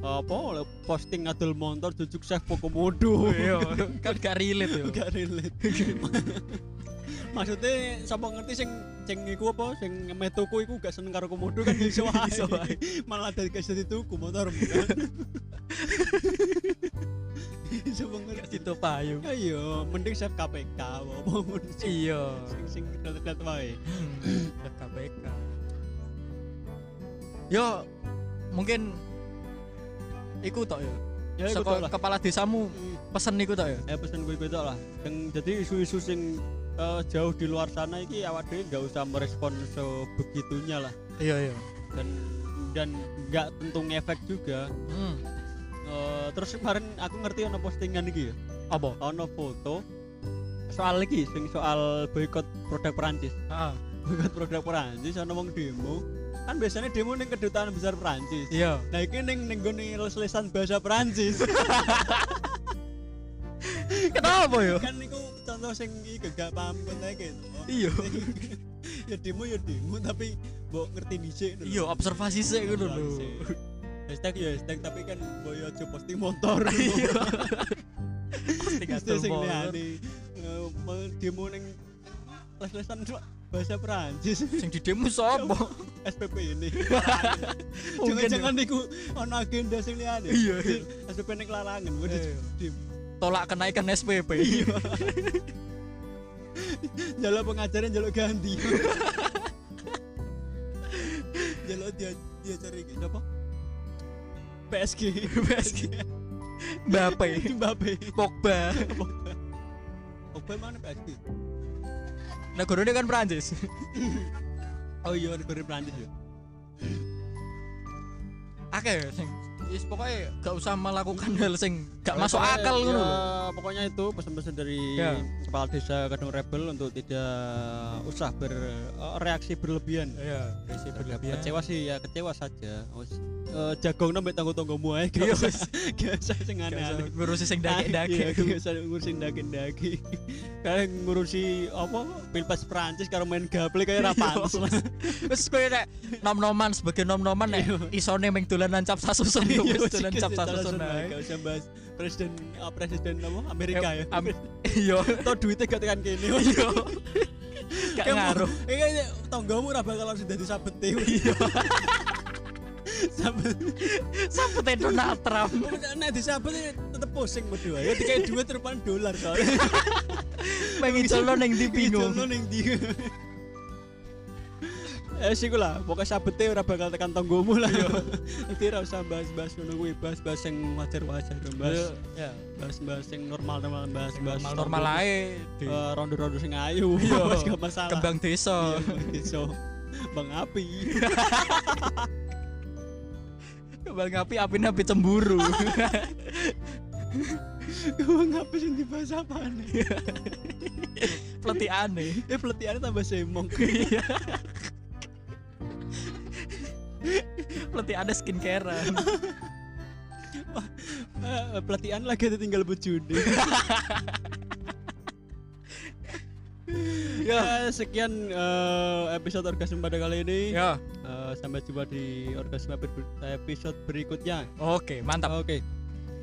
[SPEAKER 1] apa le- posting ngadol motor jujuk chef Pokomodo
[SPEAKER 2] Iya, kan gak relate yo.
[SPEAKER 1] enggak relate maksudnya sapa ngerti sing sing iku apa sing metuku iku gak seneng karo komodo kan iso wae
[SPEAKER 2] Iso wae.
[SPEAKER 1] malah dari gak iso dituku motor kan iso ngerti
[SPEAKER 2] Itu payung.
[SPEAKER 1] ayo mending chef KPK apa ngono sing
[SPEAKER 2] Iya.
[SPEAKER 1] sing relate wae
[SPEAKER 2] Hmm, ke KPK. Yo mungkin iku tok yo.
[SPEAKER 1] ya iku
[SPEAKER 2] Saka
[SPEAKER 1] tok lah
[SPEAKER 2] kepala desamu
[SPEAKER 1] Hmm.
[SPEAKER 2] pesen iku tok yo.
[SPEAKER 1] eh pesan gue itu lah yang jadi isu-isu sing eh, jauh di luar sana iki awak dhewe nggak usah merespon sebegitunya lah
[SPEAKER 2] Iya, iya.
[SPEAKER 1] dan dan nggak tentu ngefek juga
[SPEAKER 2] Hmm.
[SPEAKER 1] Eh, terus kemarin aku ngerti ono postingan iki ya
[SPEAKER 2] Apa?
[SPEAKER 1] ono foto soal iki sing soal boykot produk Perancis
[SPEAKER 2] Heeh.
[SPEAKER 1] boykot produk Perancis ono wong demo kan biasanya demo ning kedutaan besar Perancis
[SPEAKER 2] Iya.
[SPEAKER 1] Nah iki ning ning nggone les-lesan bahasa Perancis.
[SPEAKER 2] Kenapa ya? yo?
[SPEAKER 1] kan niku contoh sing iki gak paham konteks gitu.
[SPEAKER 2] Iya.
[SPEAKER 1] ya demo ya demo tapi mbok ngerti dhisik ngono lho.
[SPEAKER 2] Iya, observasi sih gitu
[SPEAKER 1] Observasi
[SPEAKER 2] lho.
[SPEAKER 1] sik. Hashtag ya hashtag tapi kan boyo aja posting motor.
[SPEAKER 2] Iya.
[SPEAKER 1] Mesti
[SPEAKER 2] Pasti gatel
[SPEAKER 1] sing
[SPEAKER 2] molor.
[SPEAKER 1] liyane. Eh, mau demo ning les-lesan bahasa Perancis
[SPEAKER 2] Sing di demo sapa?
[SPEAKER 1] SPP ini.
[SPEAKER 2] Oh, Mungkin ya.
[SPEAKER 1] Jangan-jangan niku ono agenda sing liyane.
[SPEAKER 2] Iya, iya.
[SPEAKER 1] SPP ning larangan.
[SPEAKER 2] Iya.
[SPEAKER 1] Demo.
[SPEAKER 2] Tolak kenaikan SPP.
[SPEAKER 1] Jalur pengajaran jalur ganti.
[SPEAKER 2] delok dia dia cari iki apa?
[SPEAKER 1] PSG
[SPEAKER 2] PSG. Mbappe,
[SPEAKER 1] Mbappe
[SPEAKER 2] Pogba.
[SPEAKER 1] Pogba mana PSG
[SPEAKER 2] Negarane kan Prancis.
[SPEAKER 1] oh iya negara Prancis ya
[SPEAKER 2] Akeh sing Yes, pokoknya gak usah melakukan hal sing
[SPEAKER 1] Ya,
[SPEAKER 2] gak masuk
[SPEAKER 1] pokoknya-
[SPEAKER 2] akal
[SPEAKER 1] ya,
[SPEAKER 2] ngono lho.
[SPEAKER 1] pokoknya itu pesan-pesan dari
[SPEAKER 2] Ya.
[SPEAKER 1] kepala desa Kedung Rebel untuk tidak usah bereaksi berlebihan
[SPEAKER 2] Iya, berisi
[SPEAKER 1] Terhadap- kecewa sih ya kecewa saja Wes, eh, jagong nambah tanggung tanggomu aja
[SPEAKER 2] Iya,
[SPEAKER 1] gak usah gak usah sing aneh-aneh.
[SPEAKER 2] Ngurusi sing
[SPEAKER 1] Iya,
[SPEAKER 2] dagek-dagek.
[SPEAKER 1] gak usah ngurusin daki-daki kalian ngurusi apa pilpres Prancis kalau main gaple kayak rapantes lah
[SPEAKER 2] Wis kowe nek nom-noman sebagai nom-noman nek isone ming dolanan cap sasusun yo
[SPEAKER 1] Iya,
[SPEAKER 2] Iya. wis
[SPEAKER 1] wes,
[SPEAKER 2] dolan
[SPEAKER 1] gak
[SPEAKER 2] cap
[SPEAKER 1] usah
[SPEAKER 2] sasusun
[SPEAKER 1] salah-salah,
[SPEAKER 2] ae.
[SPEAKER 1] gak usah bahas presiden ah, presiden apa Amerika ya
[SPEAKER 2] Am- Iya,
[SPEAKER 1] tau duitnya gak tekan kene
[SPEAKER 2] iya. Gak
[SPEAKER 1] Kayak mau-
[SPEAKER 2] ngaruh.
[SPEAKER 1] Eh kan tonggomu ora bakal langsung dadi sabete. Iya. Sabet.
[SPEAKER 2] Sampete Donald Trump.
[SPEAKER 1] Nek di sabet tetep pusing berdua. Ya dikai duit rupane dolar soalnya.
[SPEAKER 2] Mengiculno ning ndi bingung.
[SPEAKER 1] Jono ning ndi. Eh sik lah, pokoke sabete ora bakal tekan tonggomu lah. Yo. Nanti ora usah bahas-bahas ngono kuwi, bahas-bahas sing wajar-wajar, bahas
[SPEAKER 2] Ya,
[SPEAKER 1] bahas-bahas sing normal-normal, bahas-bahas
[SPEAKER 2] normal-normal ae di
[SPEAKER 1] Eh, Rondo-rondo sing ayu,
[SPEAKER 2] Iya.
[SPEAKER 1] wis gak masalah.
[SPEAKER 2] kembang desa.
[SPEAKER 1] Iso. Bang Api.
[SPEAKER 2] Kembang api apine api cemburu.
[SPEAKER 1] Gue ngapa sih dibahas apaan ya?
[SPEAKER 2] Pletikane.
[SPEAKER 1] Eh pelatihannya tambah semong
[SPEAKER 2] Iya. Pletikane skincarean.
[SPEAKER 1] Eh, Pelatihan lagi ada tinggal bujuni Ya sekian eh, episode orgasme pada kali ini
[SPEAKER 2] Ya,
[SPEAKER 1] Eh, Sampai jumpa di orgasme ber- episode berikutnya
[SPEAKER 2] oke, mantap.
[SPEAKER 1] Oke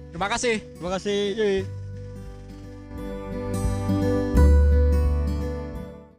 [SPEAKER 2] Terima kasih.
[SPEAKER 1] terima kasih Yeay.